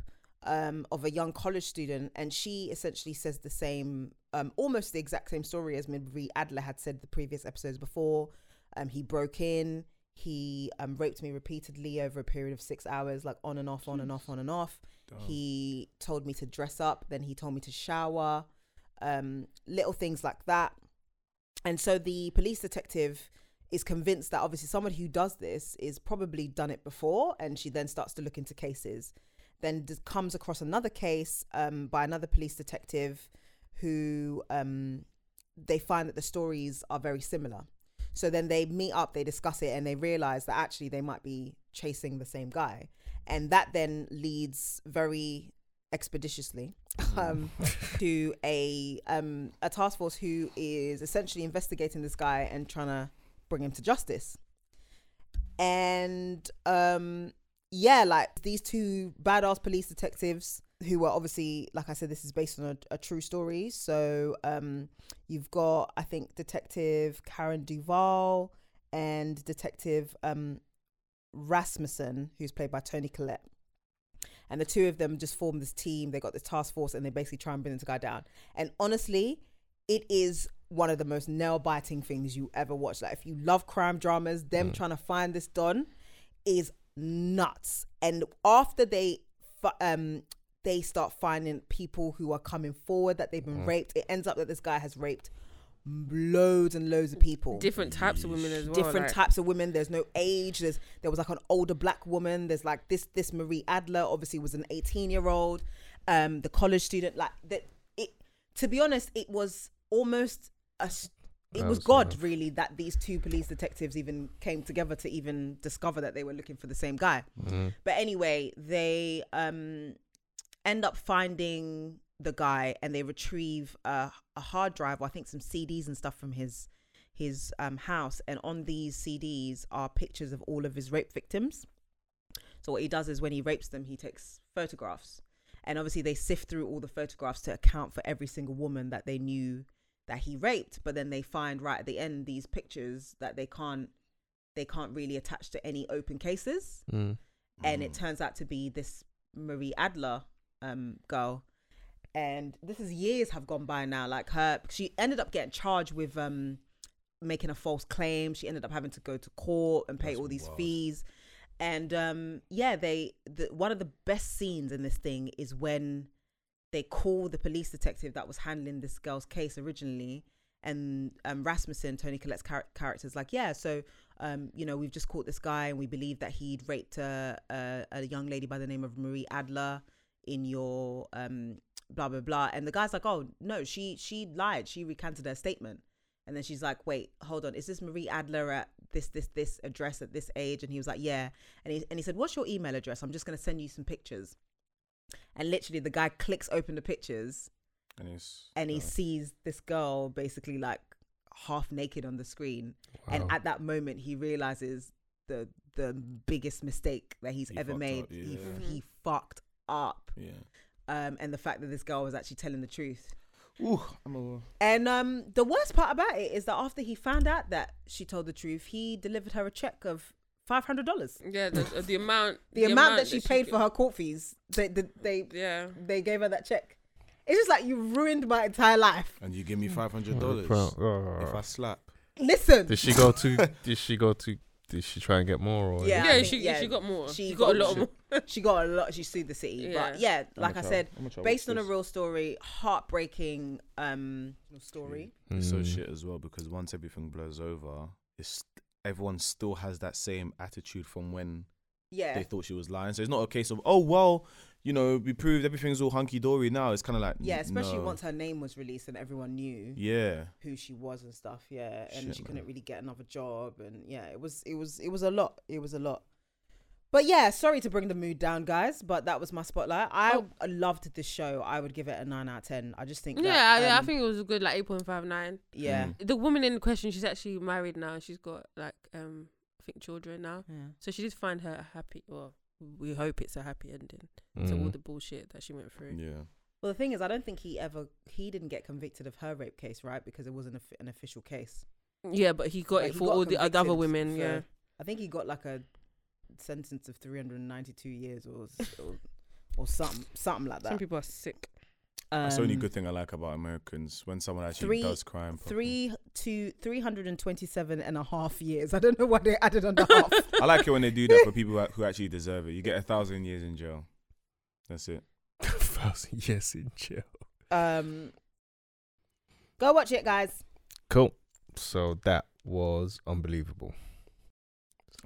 um, of a young college student, and she essentially says the same, um, almost the exact same story as Midri Adler had said the previous episodes before. Um, he broke in, he um, raped me repeatedly over a period of six hours, like on and off, on and off, on and off. He told me to dress up, then he told me to shower, um, little things like that. And so the police detective is convinced that obviously someone who does this is probably done it before, and she then starts to look into cases. Then d- comes across another case um, by another police detective who um, they find that the stories are very similar. So then they meet up, they discuss it, and they realize that actually they might be chasing the same guy. And that then leads very expeditiously um, to a um, a task force who is essentially investigating this guy and trying to bring him to justice. And um, yeah, like these two badass police detectives who were obviously, like I said, this is based on a, a true story. So um, you've got, I think, Detective Karen Duval and Detective um, Rasmussen, who's played by Tony Collette. And the two of them just form this team. They got this task force and they basically try and bring this guy down. And honestly, it is one of the most nail biting things you ever watch. Like, if you love crime dramas, them trying to find this Don is nuts. And after they, fi- um, they start finding people who are coming forward that they've been Mm. raped. It ends up that this guy has raped loads and loads of people Different types of women as well. different like- types of women. There's no age. There's there was like an older black woman. There's like this this Marie Adler obviously was an 18 year old, um, the college student. Like that. It to be honest, it was almost a. s- It That was was God, enough. really, that these two police detectives even came together to even discover that they were looking for the same guy. Mm-hmm. But anyway, they um end up finding the guy and they retrieve a, a hard drive or I think some CDs and stuff from his his um house and on these CDs are pictures of all of his rape victims. So what he does is when he rapes them he takes photographs. And obviously they sift through all the photographs to account for every single woman that they knew that he raped, but then they find right at the end these pictures that they can't they can't really attach to any open cases Mm. and it turns out to be this Marie Adler um, girl. And this is years have gone by now. Like her, she ended up getting charged with um, making a false claim. She ended up having to go to court and pay all these fees. And um, yeah, they the, one of the best scenes in this thing is when they call the police detective that was handling this girl's case originally, and um, Rasmussen, Tony Collette's char- character, is like, yeah, so um, you know, we've just caught this guy and we believe that he'd raped a, a, a young lady by the name of Marie Adler in your um, blah blah blah. And the guy's like, oh no, she she lied, she recanted her statement. And then she's like, wait, hold on, is this Marie Adler at this this this address at this age? And he was like, yeah. And he and he said, what's your email address? I'm just gonna send you some pictures. And literally, the guy clicks open the pictures And he's and he sees this girl basically like half naked on the screen and Wow. at that moment he realizes the the biggest mistake that he's He ever fucked made up, he, yeah. he fucked up yeah. um and the fact that this girl was actually telling the truth Ooh, I'm a and um the worst part about it is that after he found out that she told the truth he delivered her a check of five hundred dollars Yeah, the, uh, the amount. the, amount, that she paid for g- her court fees they they they, Yeah. they gave her that check it's just like you ruined my entire life and you give me five hundred dollars if I slap. listen oh. Did she go to? did she go to? Did she try and get more? Or Yeah, I Yeah, think- she yeah, she got more. she She, got, got a lot more. more. she got a lot she sued the city but yeah like i said based on a real story, heartbreaking um story. It's Mm. so shit as well because once everything blows over, it's everyone still has that same attitude from when Yeah. they thought she was lying. So it's not a case of oh well, you know, we proved everything's all hunky dory now. It's kind of like yeah, especially no. once her name was released and everyone knew yeah, who she was and stuff. Yeah, and Shit, she man. couldn't really get another job and yeah, it was it was it was a lot. It was a lot. But yeah, sorry to bring the mood down, guys, but that was my spotlight. I Oh. loved this show. I would give it a nine out of ten. I just think that, yeah, I, I um, think it was a good like eight point five nine. yeah. Mm. The woman in question, she's actually married now. She's got like um I think children now. yeah. So she did find her a happy. Well, we hope it's a happy ending to all Mm. the bullshit that she went through. yeah. Well, the thing is, I don't think he ever he didn't get convicted of her rape case, right? Because it wasn't a f an official case. Yeah, but he got Like, it he for got all the other convicted women. for- Yeah, I think he got like a sentence of 392 years or s- or, or something something like that. Some people are sick. That's the only Um, good thing I like about Americans when someone actually three- does crime. properly. Three to 327 and a half years. I don't know why they added on the half. I like it when they do that for people who- who actually deserve it. You get a thousand years in jail. That's it. Thousand years in jail. Um, go watch it, guys. Cool. So that was unbelievable.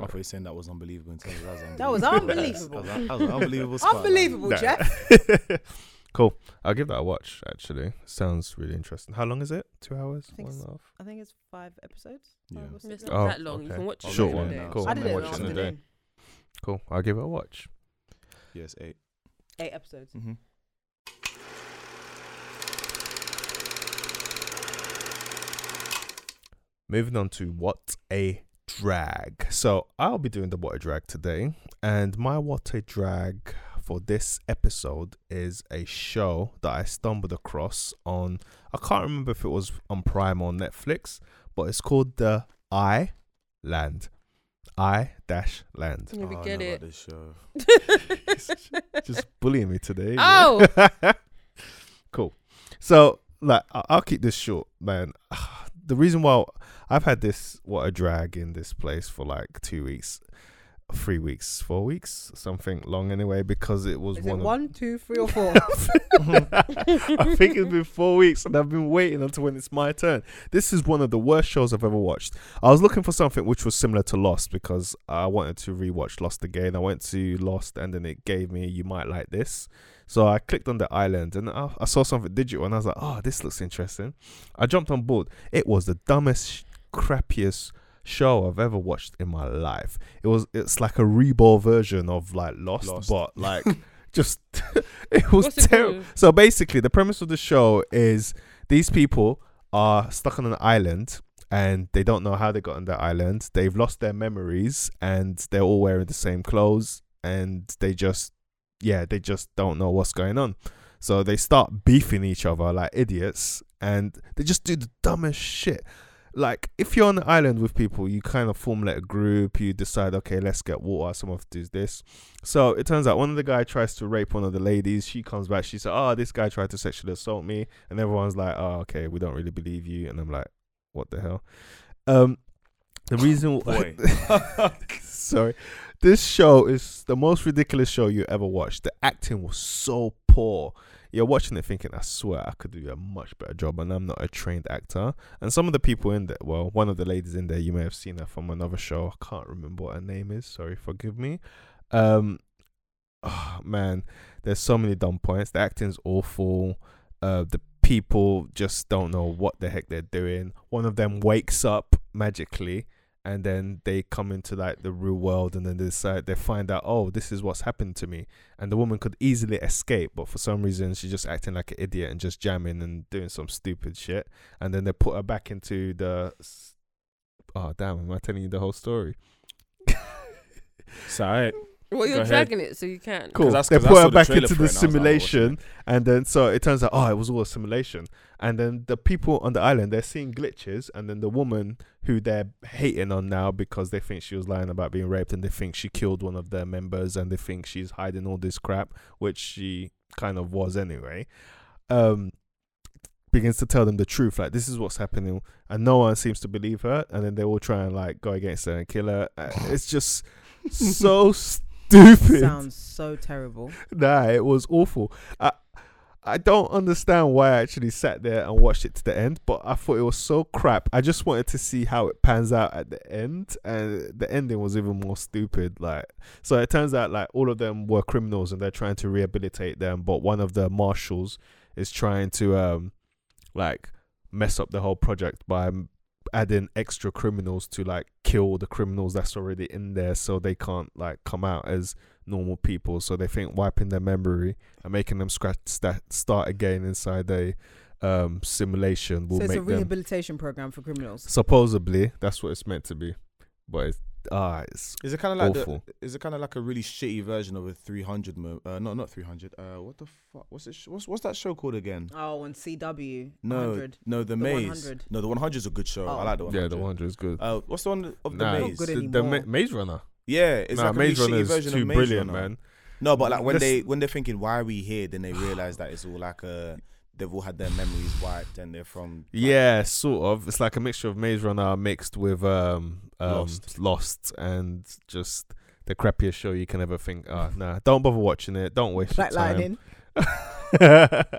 I thought you were saying that was unbelievable. In terms of That was unbelievable. That was, that was an unbelievable. spotlight. Unbelievable, Jeff. cool. I'll give that a watch. Actually, sounds really interesting. How long is it? Two hours. I think One and it's a half. I think it's five episodes. Yeah. Oh, Five or six It's episodes. not Oh, that long. You okay. can watch I'll it. Sure. in a one. day. Cool. I did I'll it watch last in a day. afternoon. Cool. I'll give it a watch. Yes, eight. Eight episodes. Mm-hmm. Moving on to what a drag. So I'll be doing the what a drag today, and my what a drag for this episode is a show that I stumbled across on. I can't remember if it was on Prime or Netflix, but it's called the I Land. I dash land. Yeah, we Oh, I get know it. about this show. Just bullying me today. Oh. yeah. cool. So, like, I- I'll keep this short, man. The reason why I've had this what a drag in this place for like two weeks, three weeks, four weeks, something long anyway, because it was Is one. it of- one, two, three, or four? I think it's been four weeks, and I've been waiting until when it's my turn. This is one of the worst shows I've ever watched. I was looking for something which was similar to Lost because I wanted to rewatch Lost again. I went to Lost, and then it gave me "You Might Like This." So I clicked on the island, and I, I saw something digital, and I was like, "Oh, this looks interesting." I jumped on board. It was the dumbest, sh- crappiest show I've ever watched in my life. It was. It's like a reborn version of like Lost, Lost. but like. Just it was What's it terrible. called? So basically, the premise of the show is these people are stuck on an island and they don't know how they got on that island. They've lost their memories and they're all wearing the same clothes and they just, yeah, they just don't know what's going on. So they start beefing each other like idiots and they just do the dumbest shit. Like if you're on an island with people, you kind of formulate a group. You decide, okay, let's get water. Someone does this. So it turns out one of the guy tries to rape one of the ladies. She comes back. She said, "Oh, this guy tried to sexually assault me," and everyone's like, "Oh, okay, we don't really believe you." And I'm like, "What the hell?" Um, the reason why. Boy. Sorry, this show is the most ridiculous show you ever watched. The acting was so poor. You're watching it thinking, I swear I could do a much better job, and I'm not a trained actor. And some of the people in there, well, one of the ladies in there, you may have seen her from another show. I can't remember what her name is. Sorry, forgive me. Um, oh, man, there's so many dumb points. The acting's awful. Uh, the people just don't know what the heck they're doing. One of them wakes up magically, and then they come into like the real world, and then they decide they find out, oh, this is what's happened to me. And the woman could easily escape, but for some reason she's just acting like an idiot and just jamming and doing some stupid shit. And then they put her back into the. s- Oh damn! Am I telling you the whole story? It's alright. Well, you're Go ahead. dragging it, so you can't. Cool. 'Cause that's- they 'cause I put saw her the back trailer into for it the and I was like, "What the heck?" simulation, and then so it turns out, oh, it was all a simulation. And then the people on the island they're seeing glitches, and then the woman who they're hating on now because they think she was lying about being raped, and they think she killed one of their members, and they think she's hiding all this crap, which she kind of was anyway. Um, begins to tell them the truth, like this is what's happening, and no one seems to believe her, and then they all try and like go against her and kill her. Uh, It's just so stupid. Sounds so terrible. Nah, it was awful. I I don't understand why I actually sat there and watched it to the end, but I thought it was so crap. I just wanted to see how it pans out at the end, and the ending was even more stupid. Like, so it turns out like all of them were criminals, and they're trying to rehabilitate them, but one of the marshals is trying to um, like mess up the whole project by um, adding extra criminals to like kill the criminals that's already in there, so they can't like come out as normal people. So they think wiping their memory and making them scratch sta start again inside a um, simulation will so it's a make them rehabilitation program for criminals. supposedly that's what it's meant to be, but it's, ah, it's Is it kind of like Awful. the, is it kind of like a really shitty version of a 300 mo- uh no not 300 uh what the fuck what's it sh- what's what's that show called again? Oh, on CW. No 100. no the, The maze. 100. No the 100 is a good show. I like the 100. yeah, the one is good. Uh what's the one of the Nah, it's maze? good the, the anymore. Ma- Maze Runner. Yeah, it's nah, like a Maze really shitty Runner is version too of Maze brilliant, Runner. man. No, but like when Let's- they when they're thinking why are we here, then they realize that it's all like a they've all had their memories wiped and they're from like, Yeah, sort of. It's like a mixture of Maze Runner mixed with um, um Lost. Lost. and just the crappiest show you can ever think. Ah, nah, don't bother watching it. Don't waste Black your time. Lightning. I'm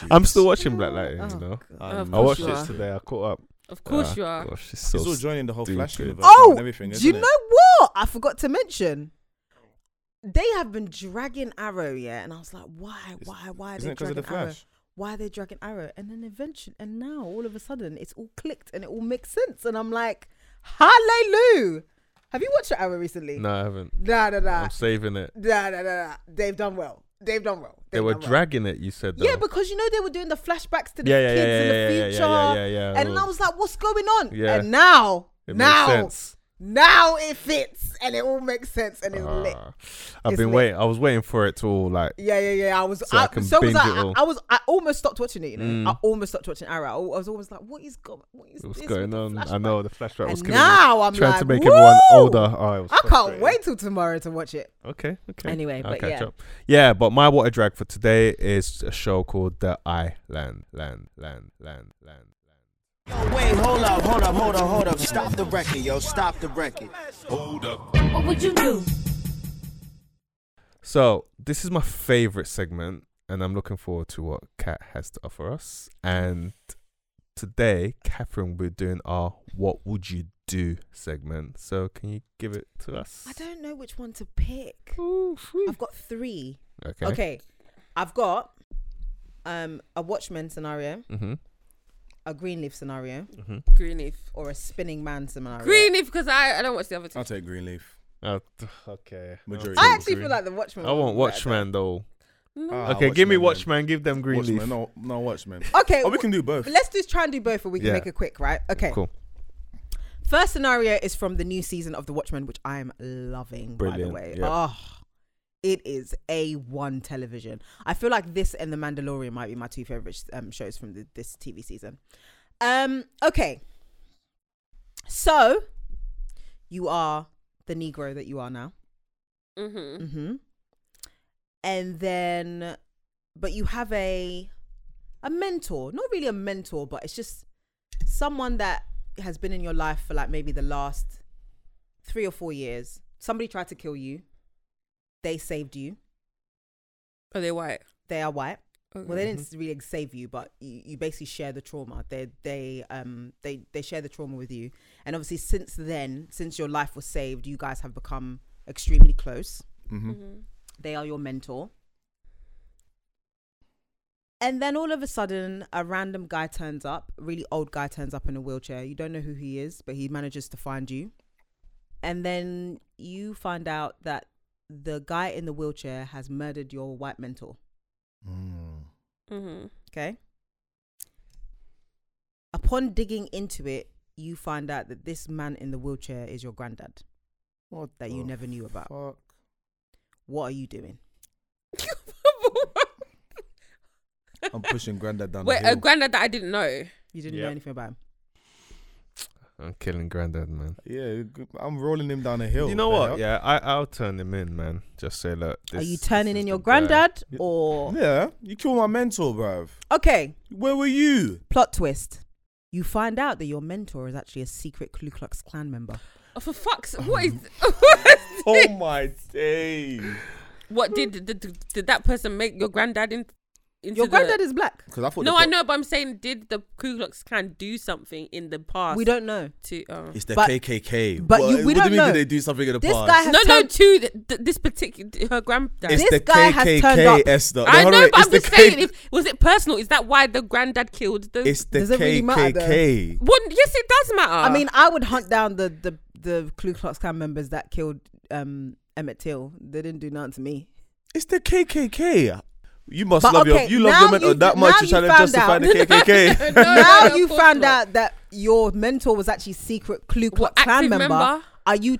Jesus. still watching Black Lightning. Oh, you know, Um, Of I course watched you it are. today. I caught up. Of course Uh, Ah, you are. Gosh, it's so it's all joining the whole Flash stupid. universe Oh, now and everything. Do isn't you it? know what? I forgot to mention. They have been dragging Arrow, yeah, and I was like, why, Is- why, why are Isn't they it because of dragging the Arrow? Flash? Why are they dragging Arrow? And then eventually, and now all of a sudden, it's all clicked and it all makes sense, and I'm like, hallelujah. Have you watched Arrow recently? no, I haven't. Nah, nah, nah, I'm saving it. nah, nah, nah, nah. They've done well. They've done well. They They've were done well. dragging it. You said though. Yeah, because you know they were doing the flashbacks to the Yeah, yeah, kids yeah, in yeah, the yeah, yeah, future, yeah, yeah, yeah, and then I well, was like, "What's going on?" yeah. And now, it now, makes sense. now it fits, and it all makes sense, and it's lit. Ah, I've It's been lit. waiting. I was waiting for it to all like. Yeah, yeah, yeah. I was, So I I, can so was binge I, I. it all. I was, I almost stopped watching it. You know, Mm. I almost stopped watching Arrow. I was always like, "What is going? What is What's this going with the on? I flashback? know the flashback was And killing me. now I'm trying like, to make everyone "Woo!" older. Oh, it was I can't frustrating. wait till tomorrow to watch it. Okay, okay. Anyway, I'll but catch yeah. up. Yeah, but my water drag for today is a show called The I Land, Land, Land, Land, Land. Wait, hold up, hold up, hold up, hold up. Stop the record, yo. Stop the record. What would you do? So this is my favorite segment, and I'm looking forward to what Kat has to offer us. And today, Catherine, we're doing our "What Would You Do" segment. So can you give it to us? I don't know which one to pick. Ooh, whew. I've got three. okay. Okay, I've got um a Watchmen scenario, Mm-hmm. a Greenleaf scenario, Mm-hmm. Greenleaf. or a Spinning Man scenario. Greenleaf, because I, I don't watch the other two. I'll take Greenleaf. Uh, t- okay. Majority. I actually feel like the Watchmen. I one want was better. Watchman though. Oh. No. Ah, Okay, give me Watchmen, Watchman. Give them then. Green Leaf. Watchmen, no, no Watchmen. Okay, Oh, we wh- can do both. Let's just try and do both, or we can Yeah. make it quick, right? Okay. Cool. First scenario is from the new season of The Watchmen, which I am loving, by Brilliant, the way. yeah. Oh, it is A1 television. I feel like this and The Mandalorian might be my two favorite um, shows from the, this TV season. Um, okay. So, you are the Negro that you are now. Mm-hmm. Mm-hmm. And then, but you have a a mentor, not really a mentor, but it's just someone that has been in your life for like maybe the last three or four years. Somebody tried to kill you. They saved you. Are they white? They are white. Okay. Well, they didn't really save you, but you, you basically share the trauma. They they um they they share the trauma with you, and obviously since then, since your life was saved, you guys have become extremely close. hmm Mm-hmm. they are your mentor. And then all of a sudden, a random guy turns up, really old guy turns up in a wheelchair. You don't know who he is, but he manages to find you. And then you find out that the guy in the wheelchair has murdered your white mentor. Mm. Mm-hmm. Okay. Upon digging into it, you find out that this man in the wheelchair is your granddad. What That you the never knew about. Fuck. What are you doing? I'm pushing granddad down Wait, the Mm-hmm. a uh, hill. granddad that I didn't know. You didn't Yep. know anything about him. I'm killing Grandad, man. yeah, g- I'm rolling him down a hill. you know The what? hell? Yeah, I, I'll turn him in, man. Just say, look. are this- you this turning is in the your guy. granddad or Yeah, you killed my mentor, bruv. Okay, Where were you? plot twist. You find out that your mentor is actually a secret Ku Klux Klan member. Oh, for fuck's what is? Um, what is Oh this? my day. What did, did did that person make your granddad in? Into Your the- granddad is black. Because I thought. No, the I plot- know, but I'm saying, did the Ku Klux Klan do something in the past? We don't know. To oh. It's the But- KKK. but What- you- we what do don't you mean? know. Did they do something in the This past? guy has no, no, turned- to th- th- this particular her granddad. it's This the guy has KKK, turned up. Esther. I No, know, no, but it's I'm the just saying, K- if, was it personal? Is that why the granddad killed the? It's the Does it really matter, though? KKK. Well, yes, it does matter. I mean, I would hunt down the the the Ku Klux Klan members that killed um, Emmett Till. They didn't do nothing to me. It's the KKK. You must But love okay, your you love now your mentor you've- that much. now You're trying to you found justify out. the KKK. Uh, No, no, now no, you of course found not. out that your mentor was actually secret Ku What, Klux Klan active member. member? Are you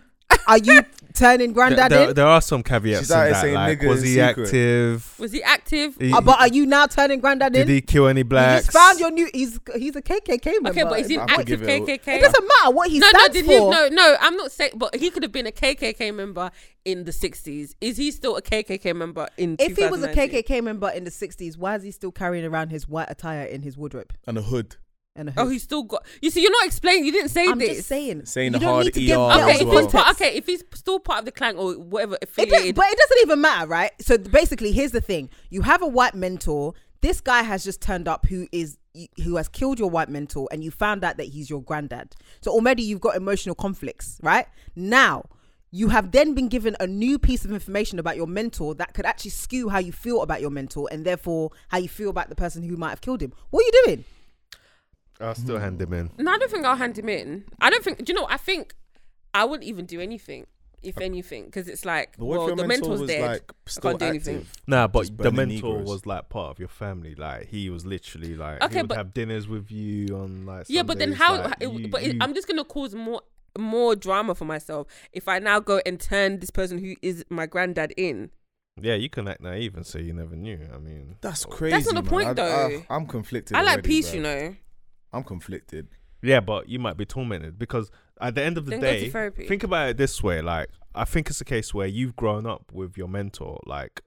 Are you turning granddad there, in? there are some caveats She's in out here that. saying Like, nigga was in he secret. active? Was he active? He- Uh, but are you now turning granddad in? Did he kill any blacks? You just found your new. He's he's a KKK member. Okay, but he's an It active give it a- KKK. It doesn't matter what he no, no, stands did for. he, no, no. I'm not saying, but he could have been a KKK member in the 60s. Is he still a KKK member in? If he was a 2019? KKK member in the '60s, why is he still carrying around his white attire in his wardrobe and a hood? and a hood? Oh, he's still got. You see, you're not explaining. You didn't say I'm this. just saying. Saying You the don't hard need to ER give that Okay, as if well. he's part, okay, if he's still part of the clan or whatever It does, affiliated, but it doesn't even matter, right? So th- basically, here's the thing: you have a white mentor. This guy has just turned up, who is who has killed your white mentor, and you found out that he's your granddad. So already you've got emotional conflicts, right? Now you have then been given a new piece of information about your mentor that could actually skew how you feel about your mentor, and therefore how you feel about the person who might have killed him. What are you doing? I'll still hand him in. no, I don't think I'll hand him in. I don't think. Do you know? I think I wouldn't even do anything if anything, because it's like, But what if well, your the mentor mentor's was, dead. like, I still can't do anything. active? Nah, Just but the burning mentor Negroes. was like part of your family. Like he was literally like Okay, he would but- have dinners with you on like. yeah, but then Sundays, how? like, it, you- but it, you- I'm just gonna cause more more drama for myself if I now go and turn this person who is my granddad in. yeah, you can act naive and say you never knew. I mean, That's or- crazy. That's not man. the point, I- though. I, am conflicted. I like already, peace, bruv. you know. I'm conflicted. Yeah, but you might be tormented because at the end of the Then go to day, therapy. think about it this way: like, I think it's a case where you've grown up with your mentor. Like,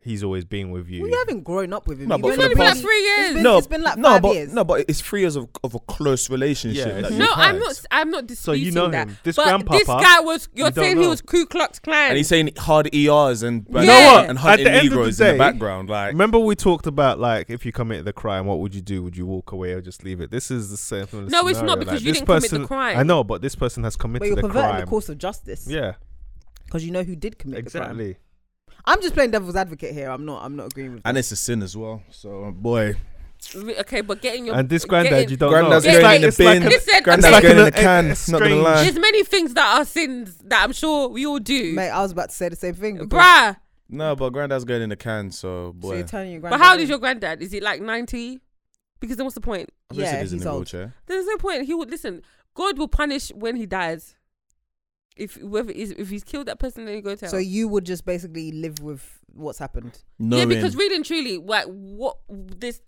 he's always been with you. Well, you haven't grown up with him. No, You've but been for the really- past- Three years. It's been, no, it's been like no, five but, years. No, but it's three years of, of a close relationship. Yeah, that it's- you've No, I'm had. not. I'm not disputing know that. him. This but grandpapa, this guy was. you You're don't saying he know. was Ku Klux Klan. And he's saying hard ERs and You know what? and At hunting the end of the Negroes in day- the background. Like Remember we talked about like if you committed the crime, what would you do? Would you walk away or just leave it? This is the same. similar No, it's not scenario, because like, you this didn't commit the person- crime. I know, but this person has but committed you're a perverting crime. the course of justice. yeah, because you know who did commit the crime. exactly. I'm just playing devil's advocate here. I'm not. I'm not agreeing with. and it's a sin as well. So boy, Re- okay, but getting your And this granddad, getting- you don't Granddad's know. going in the it's like, bin. it's Listen, like, Granddad's it's like going in the an- can, not a- a gonna strange- Uh, lie. There's many things that are sins that I'm sure we all do, Mate, I was about to say the same thing. because- bruh. no, but granddad's going in the can. So So boy, you're turning your But granddad how old in. is your granddad? Is he like 90? Because then what's the point? I'm gonna sit Yeah, this in he's the old. wheelchair. There's no point. He would listen. God will punish when he dies. If whether is if he's killed that person, then you go to hell. So you would just basically live with what's happened. yeah, Knowing because really and truly, like what this.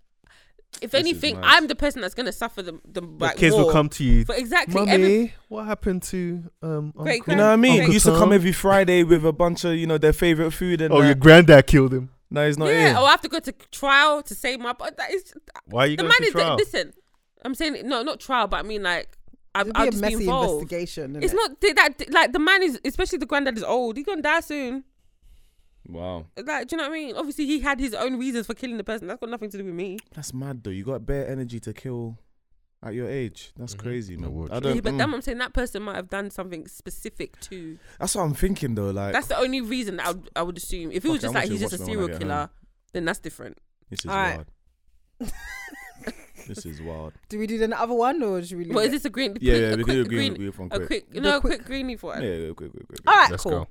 If This is anything, mad. I'm the person that's gonna suffer the the, The like, kids will more. come to you. But exactly, Mummy, every- what happened to um? Great Uncle- you know what I mean. Uncle He used to come Tom? every Friday with a bunch of you know their favorite food and Oh, that. your granddad killed him. no, he's not yeah, here. or I have to go to trial to save my. But that is Why are you the going man to is trial? listen. I'm saying no, not trial, but I mean like I, It'd be I'll a just messy be involved. investigation. It's innit? not th- that like the man is, especially the granddad is old. He gonna die soon. Wow, Like, do you know what I mean? Obviously, he had his own reasons for killing the person. That's got nothing to do with me. that's mad though. You got bare energy to kill at your age. That's crazy, man. I don't. Yeah, but mm. then I'm saying that person might have done something specific to. That's what I'm thinking though. Like That's the only reason I would, I would assume. If it Fuck was it, just I'm like he's watching just a Watchmen when I serial get killer, home. then that's different. this is All right. wild. This is wild. Do we do the other one or should we? Leave What is it? this a green? Yeah, quick, yeah, a we quick do agree green- with you from A quick. quick, The no, a quick- quick greenie for Yeah, it. yeah, quick, quick, quick. All right, Let's cool. go.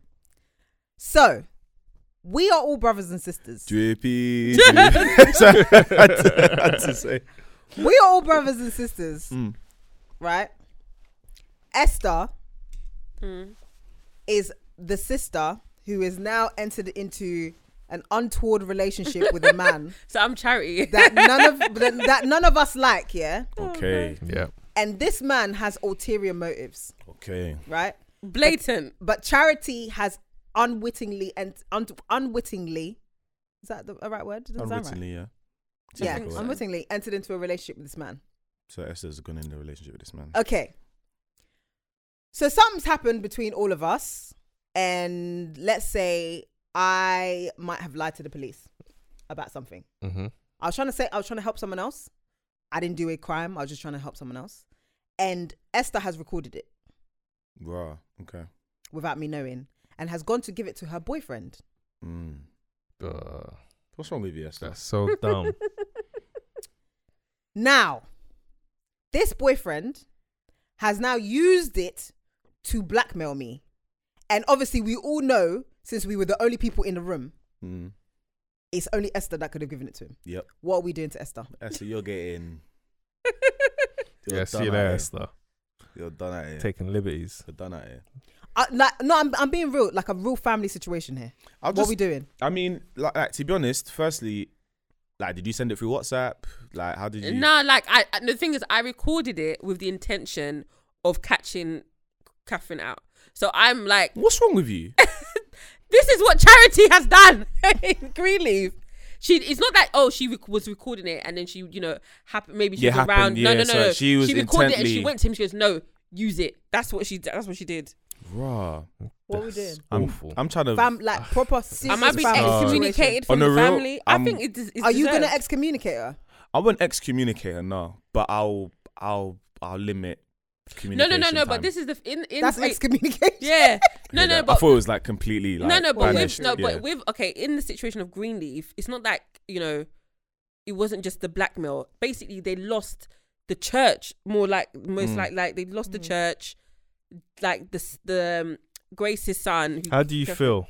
So we are all brothers and sisters. Drippy. drippy. Sorry, I had to, I had to say. we are all brothers and sisters, Mm. right? Esther Mm. is the sister who is now entered into an untoward relationship with a man So I'm charity. that none of that, that none of us like, yeah. Okay, Yeah. And this man has ulterior motives, okay. right? blatant. but charity has unwittingly and un- unwittingly is that the a right word Doesn't sound right. Unwittingly, yeah. Seems yeah like a word. unwittingly entered into a relationship with this man So Esther's gone in the relationship with this man. Uh, okay so something's happened between all of us and let's say i might have lied to the police about something Mm-hmm. i was trying to say i was trying to help someone else i didn't do a crime i was just trying to help someone else and esther has recorded it Raw. Okay. without me knowing and has gone to give it to her boyfriend Mm. What's wrong with you, Esther? that's so dumb. Now, this boyfriend has now used it to blackmail me. And obviously, we all know, since we were the only people in the room, Mm. it's only Esther that could have given it to him. Yep. What are we doing to Esther? Esther, you're getting. You're yeah, see done you out there, here. Esther. You're done at it. Taking liberties. You're done at it. I, like, no, I'm, I'm being real, like a real family situation here. I'll what we doing? I mean, like, like, to be honest, firstly, like, did you send it through WhatsApp? Like, how did you? No, like I I- the thing is, I recorded it with the intention of catching Catherine out. So I'm like, what's wrong with you? this is what charity has done in Greenleaf. She, it's not that oh she rec- was recording it and then she you know happened maybe she Yeah, was happened, around no yeah, no no, so no. she was recorded it and she intently- went to him she goes no use it that's what she that's what she did Raw. What we doing? I'm, I'm trying to. Fam, like proper I serious might be family excommunicated On from the, the real, um, family I I'm- think it is situation. Are you gonna excommunicate her? I wouldn't excommunicate her, no, but I'll, I'll, I'll limit. no Communication no no no but time. this is the in in That's Greek- excommunication. yeah no Yeah, no that- but I thought it was like completely like. no, no, but with, banished, no, yeah. but with okay, in the situation of Greenleaf, it's not like you know, it wasn't just the blackmail. Basically, they lost the church more like most Mm. like like they lost the church, like the s- the um, Grace's son. who- How do you feel?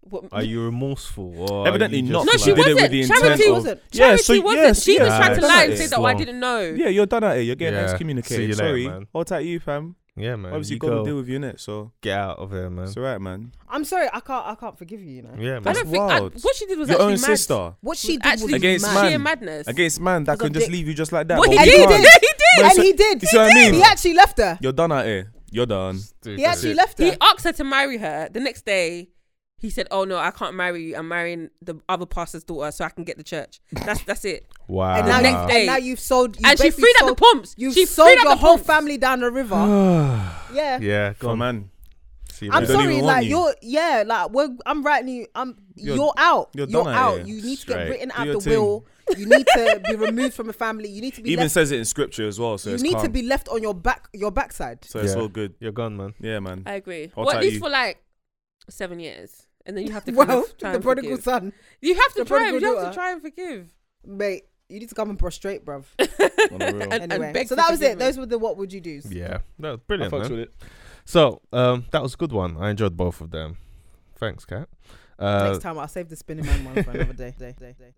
What- Are you remorseful? Or are Evidently you just not, No, like- she wasn't. Charity wasn't. Yeah, Charity so wasn't. yes, she was yes, trying to yes. lie and say that oh, I Slow. didn't know. Yeah, you're done at it. You're getting Yeah. See you excommunicated. later, Sorry. man. Hold tight, you fam. Yeah, man. Obviously, you God will go. deal with you, innit? So Get out of there, man. it's alright, man. I'm sorry, I can't. I can't forgive you. You know. Yeah, man. I don't think I, wild. what she did was Your actually own mad. sister. What she Was did was actually Against sheer man. madness. Against man that Because can of just dick. leave you just like that. Well, but he we did. can't. He did. Well, And so- he did. You see what I mean? He actually left her. You're done at it. You're done. He actually left He her. asked her to marry her. The next day, he said, "Oh no, I can't marry you. I'm marrying the other pastor's daughter so I can get the church." That's that's it. Wow. Ah. And now, next you, day. and now you've sold. You And she basically freed up the sold- pumps. You've She sold freed up your the whole pumps. family down the river. yeah. yeah, go Oh, on. man. See you I'm later. don't even sorry, want like you. you. are yeah, like we're, I'm writing you. I'm you're, You're- out. You're, you're done out out. here. You need to get Straight. written Do out your the thing. will. You need to be removed from a family. You need to be Even left, says it in scripture as well. So you it's need to calm. be left on your back your backside. So it's Yeah. all good. You're gone, man. Yeah, man. I agree. I'll well, at tell least you. for like seven years, and then you have to kind Well, of try the and prodigal forgive. son, You have to the try. prodigal You have daughter. to try and forgive. mate. You need to come and prostrate, bruv. On the real. and, Anyway, and beg so for that was it. forgiveness. Those were the what would you do? Yeah, that was brilliant, fucks man. with it. So um, that was a good one. I enjoyed both of them. Thanks, Kat. Uh, Next time, I'll save the spinning man one for another day. day, day, day.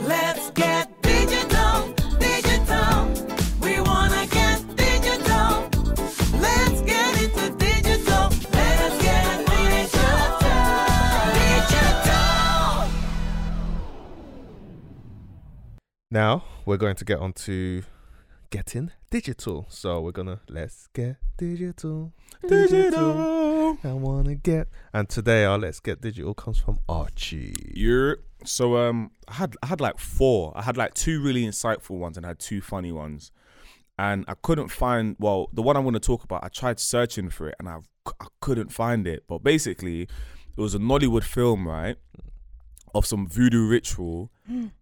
Let's get digital, digital. We wanna get digital. Let's get into digital. Let's get digital. Digital. now we're going to get on to getting digital. So we're gonna let's get digital, digital. I wanna get. And today our let's get digital comes from Archie. You're so um I had I had like four. I had like two really insightful ones and I had two funny ones. And I couldn't find well, the one I want to talk about, I tried searching for it and I I couldn't find it. But basically, it was a Nollywood film, right? Of some voodoo ritual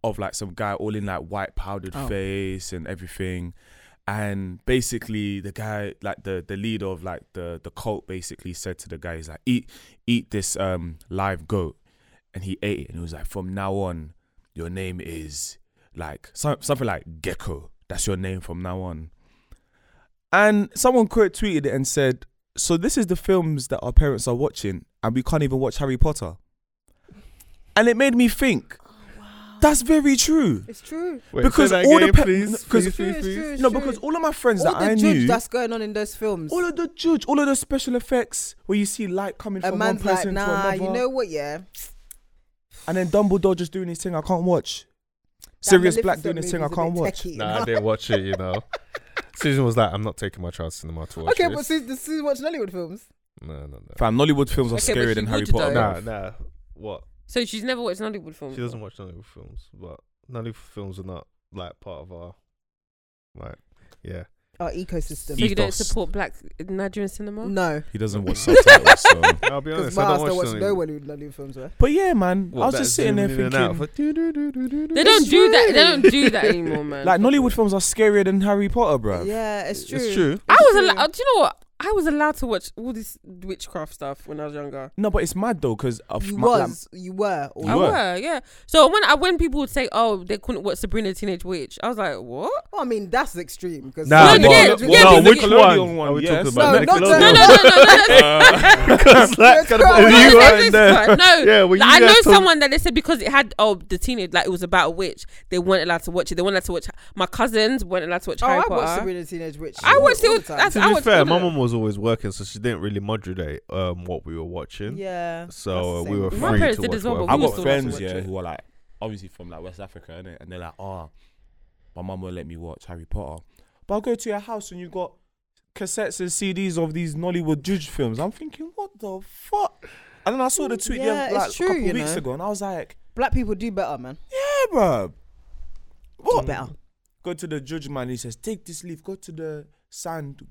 of like some guy all in like white powdered face and everything. And basically the guy like the the leader of like the the cult basically said to the guy, he's like, eat eat this um live goat and he ate it and he was like from now on your name is like some, something like gecko that's your name from now on and someone quote tweeted it and said so this is the films that our parents are watching and we can't even watch harry potter and it made me think Oh, that's very true It's true. Wait, because say that all again, the pa- please, because- please, please, It's true, please. it's no true. because all of my friends All that the i judge knew that's going on in those films. all of the judge all of the special effects where you see light coming a from one man's like, person to nah, another you know what? Yeah, and then dumbledore just doing his thing i can't watch Sirius Maleficent Black doing his thing I movie's a can't bit watch. techie, you Nah, know? I didn't watch it. You know, Susan was like, "I'm not taking my child to cinema to watch Okay, this." but see, this is watch Nollywood films. no, no, no. Fam, Nollywood films are Okay, but scarier she than Harry would, Potter. though. bro. Nah, nah. What? So she's never watched Nollywood films. She doesn't watch Nollywood films, but Nollywood films are not like part of our like yeah. Our ecosystem. So E- you don't Ethos. support black Nigerian cinema? no, He doesn't watch subtitles. So. I'll be because honest, my I ass don't don't watch watch no Nollywood Nollywood films. Right? But yeah, man, I was that just sitting there zooming in and out thinking, for doo-doo-doo-doo-doo. They don't It's do that. true. They don't do that anymore, man. like Nollywood films are scarier than Harry Potter, bro. Yeah, it's true. It's true. I was true. allowed. Do you know what? I was allowed to watch all this witchcraft stuff when I was younger. No, but it's mad though because You was, you were, or You I were? were, yeah. So when I when people would say, "Oh, they couldn't watch Sabrina the Teenage Witch," I was like, "What?" Well, I mean, that's extreme. Because Nah, No, yeah, but- yeah, no, because- which Nickelodeon one one, are we yes. talking No, about? not No, no, No. no, no, no. no. Because that kind of Nickelodeon. you No, weren't this there. one, no. yeah, when Like, you I know guys talk- someone that they said because it had oh the teenage like it was about a witch. They weren't allowed to watch it. They weren't allowed to watch. My cousins weren't allowed to watch oh, Harry I Potter. watched Sabrina the Teenage Witch. I watched all it. the time. That's- To I be watched fair, all the- my mum was was always working, so she didn't really moderate um, what we were watching. Yeah, So uh, that's we the were same. My free to watch whatever. I've got friends yeah who are like obviously from like West Africa, innit? and they're like, oh, my mum won't let me watch Harry Potter, but I'll go to your house and you got cassettes and CDs of these Nollywood judge films. I'm thinking, what the fuck? And then I saw the tweet the Yeah, other- it's like, true, a couple you weeks know. ago, and I was like, Black people do better, man. yeah, bro, what better? Go to the judge man. He says, take this leaf. Go to the sand.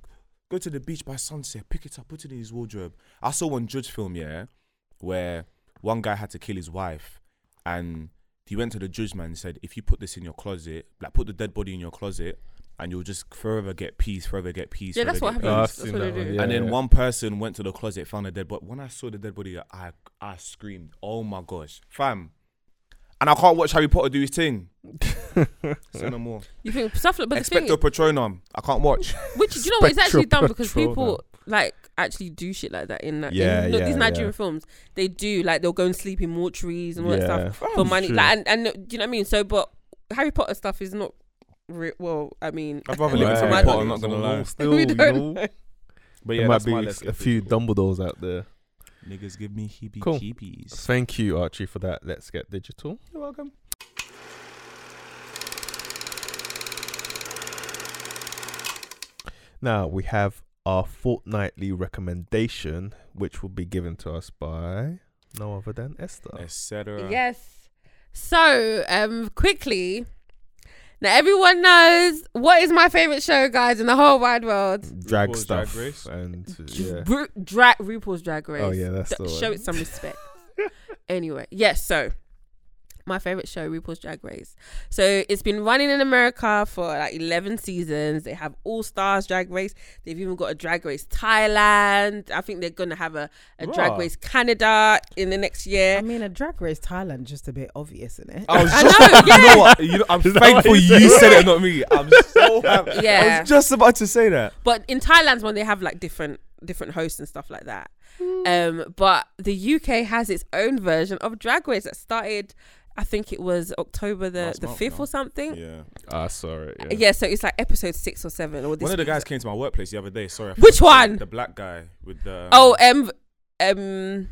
Go to the beach by sunset. Pick it up. Put it in his wardrobe. I saw one judge film, yeah, where one guy had to kill his wife, and he went to the judge man and said, if you put this in your closet, like put the dead body in your closet. And you'll just forever get peace, forever get peace. Yeah, forever that's what get happens. Oh, I've peace." seen That's what that they one, do. yeah, and then yeah. one person went to the closet, found a dead body. When I saw the dead body, I I screamed, "Oh my gosh, fam!" And I can't watch Harry Potter do his thing. Say no more. You think stuff like, but the thing, Expecto Patronum. I can't watch. which do you know what it's actually Spectral done because people Patronum. like actually do shit like that in that. Yeah, in, no, yeah, these Nigerian yeah. films, they do like they'll go and sleep in mortuaries and all Yeah. that stuff True. for money. Like, and, and do you know what I mean? So, but Harry Potter stuff is not. Re- well, I mean, I'd rather live in to Harry my Potter, knowledge. I'm not gonna lie. Still, We you don't know, know. But there yeah, might that's be my s- list a few Dumbledores out there. Niggas give me heebie Cool. jeebies. Thank you, Archie, for that. Let's get digital. You're welcome. Now we have our fortnightly recommendation, which will be given to us by no other than Esther. Etc. Yes. So, um, quickly. Now everyone knows what is my favorite show, guys, in the whole wide world. Drag RuPaul's Drag stuff Race. and uh, yeah. Ru- Dra- RuPaul's Drag Race. Oh, yeah, that's D- the one. show it some respect. anyway, yes. so my favorite show, RuPaul's Drag Race. So it's been running in America for like eleven seasons. They have All Stars Drag Race. They've even got a Drag Race Thailand. I think they're gonna have a, a Drag Bruh. Race Canada in the next year. I mean, a drag race Thailand just a bit obvious, isn't it? I was I just know, you yeah. know what? You know, I'm Is that what thankful you you said? said it, not me. I'm so happy. I Yeah. was just about to say that. But in Thailand's one, they have like different different hosts and stuff like that. Um, but the UK has its own version of Drag Race that started, I think it was October the Last the month, fifth no? or something. Yeah. Ah, sorry. Yeah. so it's like episode six or seven or this. One of the guys came to my workplace the other day. Sorry. I Which forgot to say, one? The black guy with the. oh, um, um.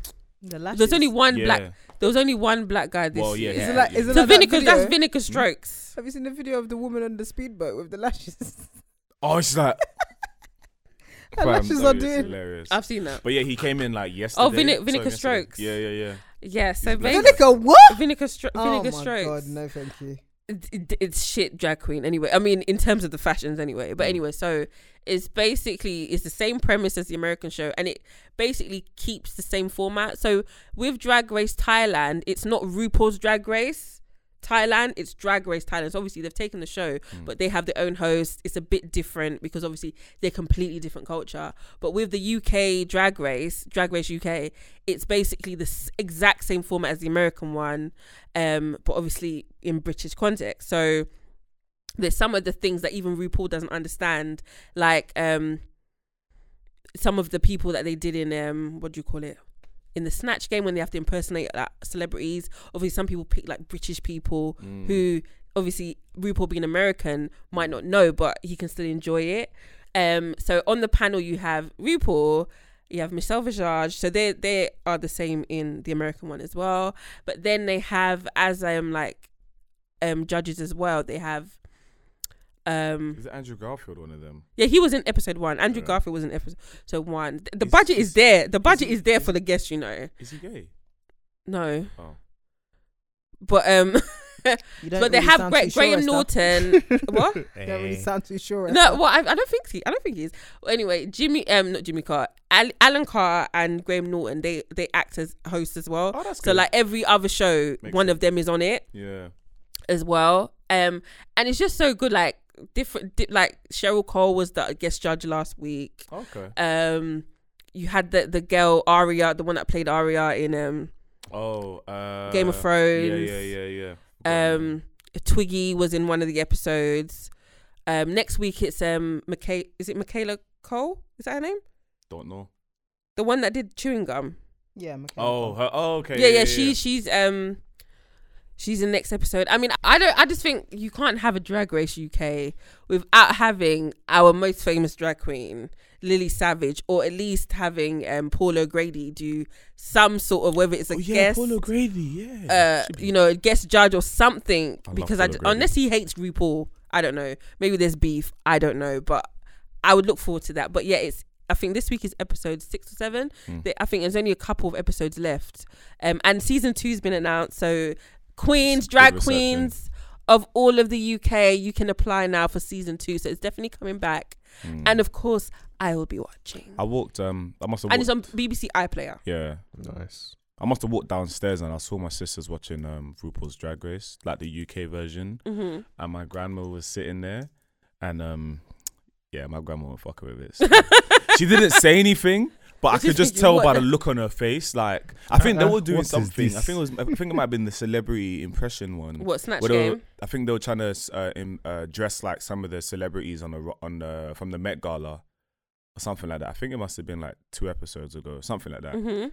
lashes. there's only one Yeah. black. There was only one black guy this Well, yeah, year. Is it like- yeah, is it so like that vinegar. video? That's vinegar strokes. Have you seen the video of the woman on the speedboat with the lashes? Oh, she's like. Her Fam, lashes no, are it's doing. hilarious. I've seen Hmm. that. But yeah, he came in like yesterday. Oh, vinegar, Sorry, vinegar yesterday. strokes. Yeah, yeah, yeah. Yeah. So black. vinegar. Vinegar, what? Vinegar, stro- Oh my vinegar strokes. god, no, thank you. it- it- it's shit drag queen anyway i mean in terms of the fashions anyway but anyway so it's basically it's the same premise as the american show and it basically keeps the same format so with drag race thailand it's not rupaul's drag race thailand it's drag race thailand so obviously they've taken the show but they have their own host it's a bit different because obviously they're completely different culture but with the uk drag race drag race uk it's basically the s- exact same format as the american one um, but obviously in British context. So there's some of the things that even RuPaul doesn't understand, like um, some of the people that they did in um, what do you call it? In the snatch game, when they have to impersonate like, celebrities, obviously some people pick like British people Mm. who obviously RuPaul being American might not know, but he can still enjoy it. Um, so on the panel you have RuPaul, you have Michelle Visage. So they they are the same in the American one as well. But then they have as um like um judges as well. They have um Is it Andrew Garfield one of them? yeah, he was in episode one. Andrew Garfield was in episode one. Th- The budget is, there. The budget is, there for the guests, you know. Is he gay? No, Oh. but um, You don't but they really have sound Gra- too sure, Graham Esther. Norton. what? You Don't really Hey. sound too sure. No, well, I, I don't think he. I don't think he is. Well, anyway, Jimmy, um, not Jimmy Carr, Al- Alan Carr and Graham Norton, they they act as hosts as well. Oh, that's so good. like every other show, Makes one of them is on it Yeah. as well. Um, and it's just so good. Like different, di- like Cheryl Cole was the guest judge last week. Okay. Um, you had the the girl Aria, the one that played Aria in um Oh. Uh, Game of Thrones. Yeah, yeah, yeah, yeah. um Twiggy was in one of the episodes. Um, next week it's um Micha- is it Michaela Cole? Is that her name? Don't know. The one that did chewing gum. Yeah. Michaela Oh. Cole. Her, oh. Okay. yeah, yeah, She she's um she's in the next episode. I mean, I don't. I just think you can't have a Drag Race UK without having our most famous drag queen, Lily Savage, or at least having um, Paula O'Grady do some sort of whether it's Oh, a guest, Paul O'Grady, yeah. uh, you know, a guest judge or something. love because I Paul d- O'Grady. unless he hates RuPaul, I don't know. Maybe there's beef. I don't know, but I would look forward to that. But yeah, it's. I think this week is episode six or seven. Hmm. Mm. They- I think there's only a couple of episodes left, um, and season two's been announced. So queens, drag reception. queens of all of the UK, you can apply now for season two. So it's definitely coming back, Mm. and of course, I will be watching. I walked. Um, I must have. and it's walked- on BBC iPlayer. Yeah. Nice. I must have walked downstairs and I saw my sisters watching um, RuPaul's Drag Race, like the UK version, Mhm. and my grandma was sitting there, and um, yeah, my grandma was fucking with it. so- she didn't say anything, but I What do you could just think- tell what by the- the look on her face. Like, I think they Uh-uh, were doing what is something. I this? think it was. I think it might have been the celebrity impression one. What, Snatch where they were- Game? I think they were trying to uh, im uh, dress like some of the celebrities on the ro- on the from the Met Gala. Or something like that. I think it must have been like two episodes ago, something like that. hmm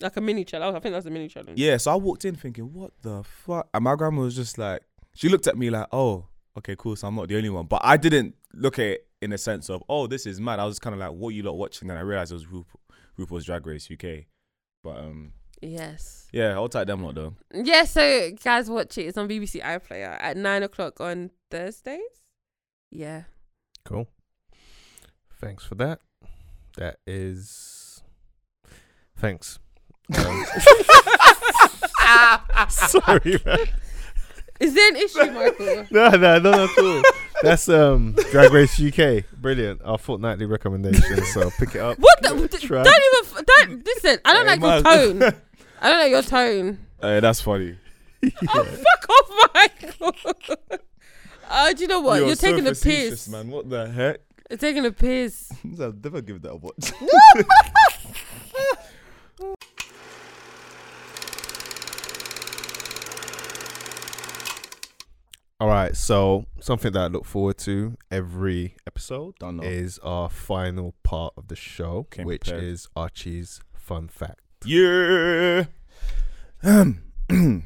Like a mini challenge. I think that's a mini challenge. Yeah, so I walked in thinking, what the fuck? And my grandma was just like, she looked at me like, oh, okay, cool. So I'm not the only one. But I didn't look at it in a sense of, oh, this is mad. I was kind of like, what you lot watching? And I realized it was Ru- RuPaul's Drag Race UK. But um, Yes. yeah, I'll take them lot though. Yeah, so guys, watch it. It's on BBC iPlayer at nine o'clock on Thursdays. Yeah. Cool. Thanks for that. That is. Thanks. Um, Sorry, man. Is there an issue, Michael? No, no, not at all. That's um Drag Race UK. Brilliant. Our fortnightly recommendation. So pick it up. What the? d- Try. Don't even. f- Don't listen. I don't Hey, like your Michael. tone. I don't like your tone. Hey, that's funny. Fuck off, Michael. Uh, do you know what? You're, taking a piss. man. What the heck? You're taking a piss. I'll never give that a watch. All right. So something that I look forward to every episode Dunno. is our final part of the show, Came which prepared. is Archie's fun fact. Yeah. Um,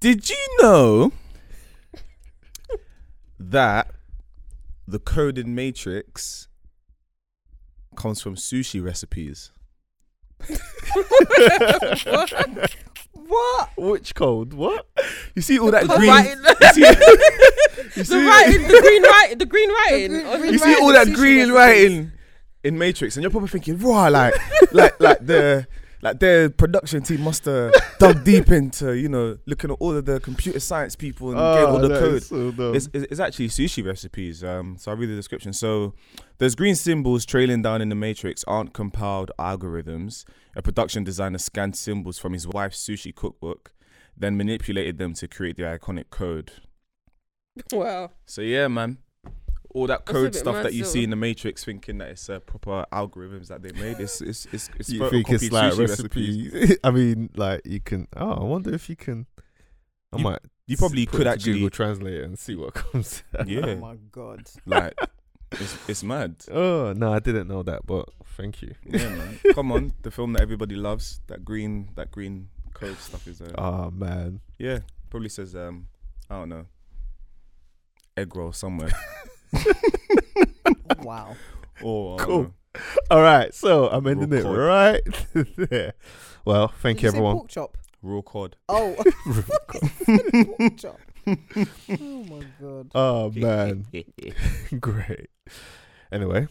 Did you know that the coded matrix comes from sushi recipes? What? Which code? What? You see all that The green. writing. You see, you The see- writing. The green writing. The green writing. Oh, or the you see writing all of that sushi green recipes. writing in Matrix, and you're probably thinking, "Wow, like, like, like the." Like their production team must have dug deep into, you know, looking at all of the computer science people and getting all Oh, the that code. is so dumb. it's, it's, it's actually sushi recipes. Um, so I read the description. So those green symbols trailing down in the matrix aren't compiled algorithms. A production designer scanned symbols from his wife's sushi cookbook, then manipulated them to create the iconic code. Wow. So yeah, man. All that That's a code bit stuff that you mad, see though. in the Matrix, thinking that it's uh, proper algorithms that they made. It's it's it's, it's you think it's photocopied like sushi recipe? recipes. I mean, like you can. Oh, I wonder if you can. I You- might. you probably s- put could it to actually- Google Translate it and see what comes. out. Yeah. Oh my god. like it's it's mad. Oh no, I didn't know that, but thank you. Yeah, man. Come on, the film that everybody loves, that green that green code stuff is there. Oh man. Yeah, probably says um, I don't know, egg roll somewhere. wow. Or I don't Cool. know. All right, so I'm ending it Record. right there. Well, thank Did you, say everyone. Pork chop. raw cod. Oh. pork chop. Oh my god. Oh man, great. Anyway,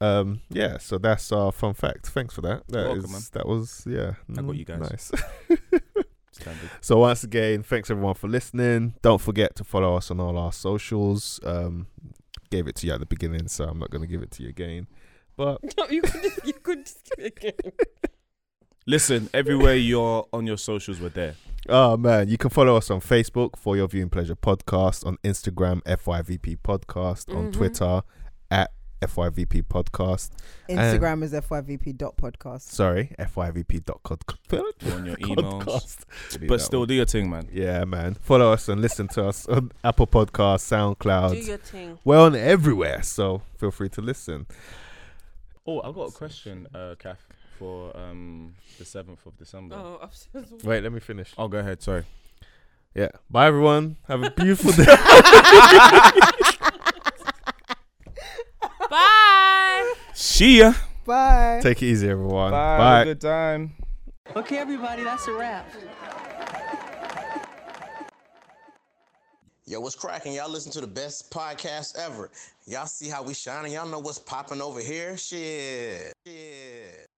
um, yeah. So that's our fun fact. Thanks for that. That welcome, is- man. that was yeah. I got mm, you guys. Nice. Standard. So once again, thanks everyone for listening. Don't forget to follow us on all our socials. Um, gave it to you at the beginning, so I'm not going to give it to you again. But No, you could just. You could just give it again. Listen, everywhere you're on your socials, we're there. Oh man, you can follow us on Facebook for your viewing pleasure podcast, on Instagram FYVP podcast, on Mhm. Twitter at FYVP podcast. and- Instagram is fyvp dot podcast. sorry, FYVP.cod. We're on your emails, that but still do your thing, man. Yeah, man. Follow us and listen to us on Apple Podcasts, Do SoundCloud. your thing. We're on everywhere, so feel free to listen. Oh, I've got a question, uh, Kath. for um the seventh of December. Oh, I'm so sorry. Wait, let me finish. Oh, go ahead. Sorry. Yeah. Bye, everyone. Have a beautiful day. Bye. See ya. Bye. Take it easy, everyone. Bye. Have a Bye. good time. Okay, everybody, that's a wrap. Yo, what's cracking? Y'all listen to the best podcast ever. Y'all see how we shining. Y'all know what's popping over here. Shit. Shit.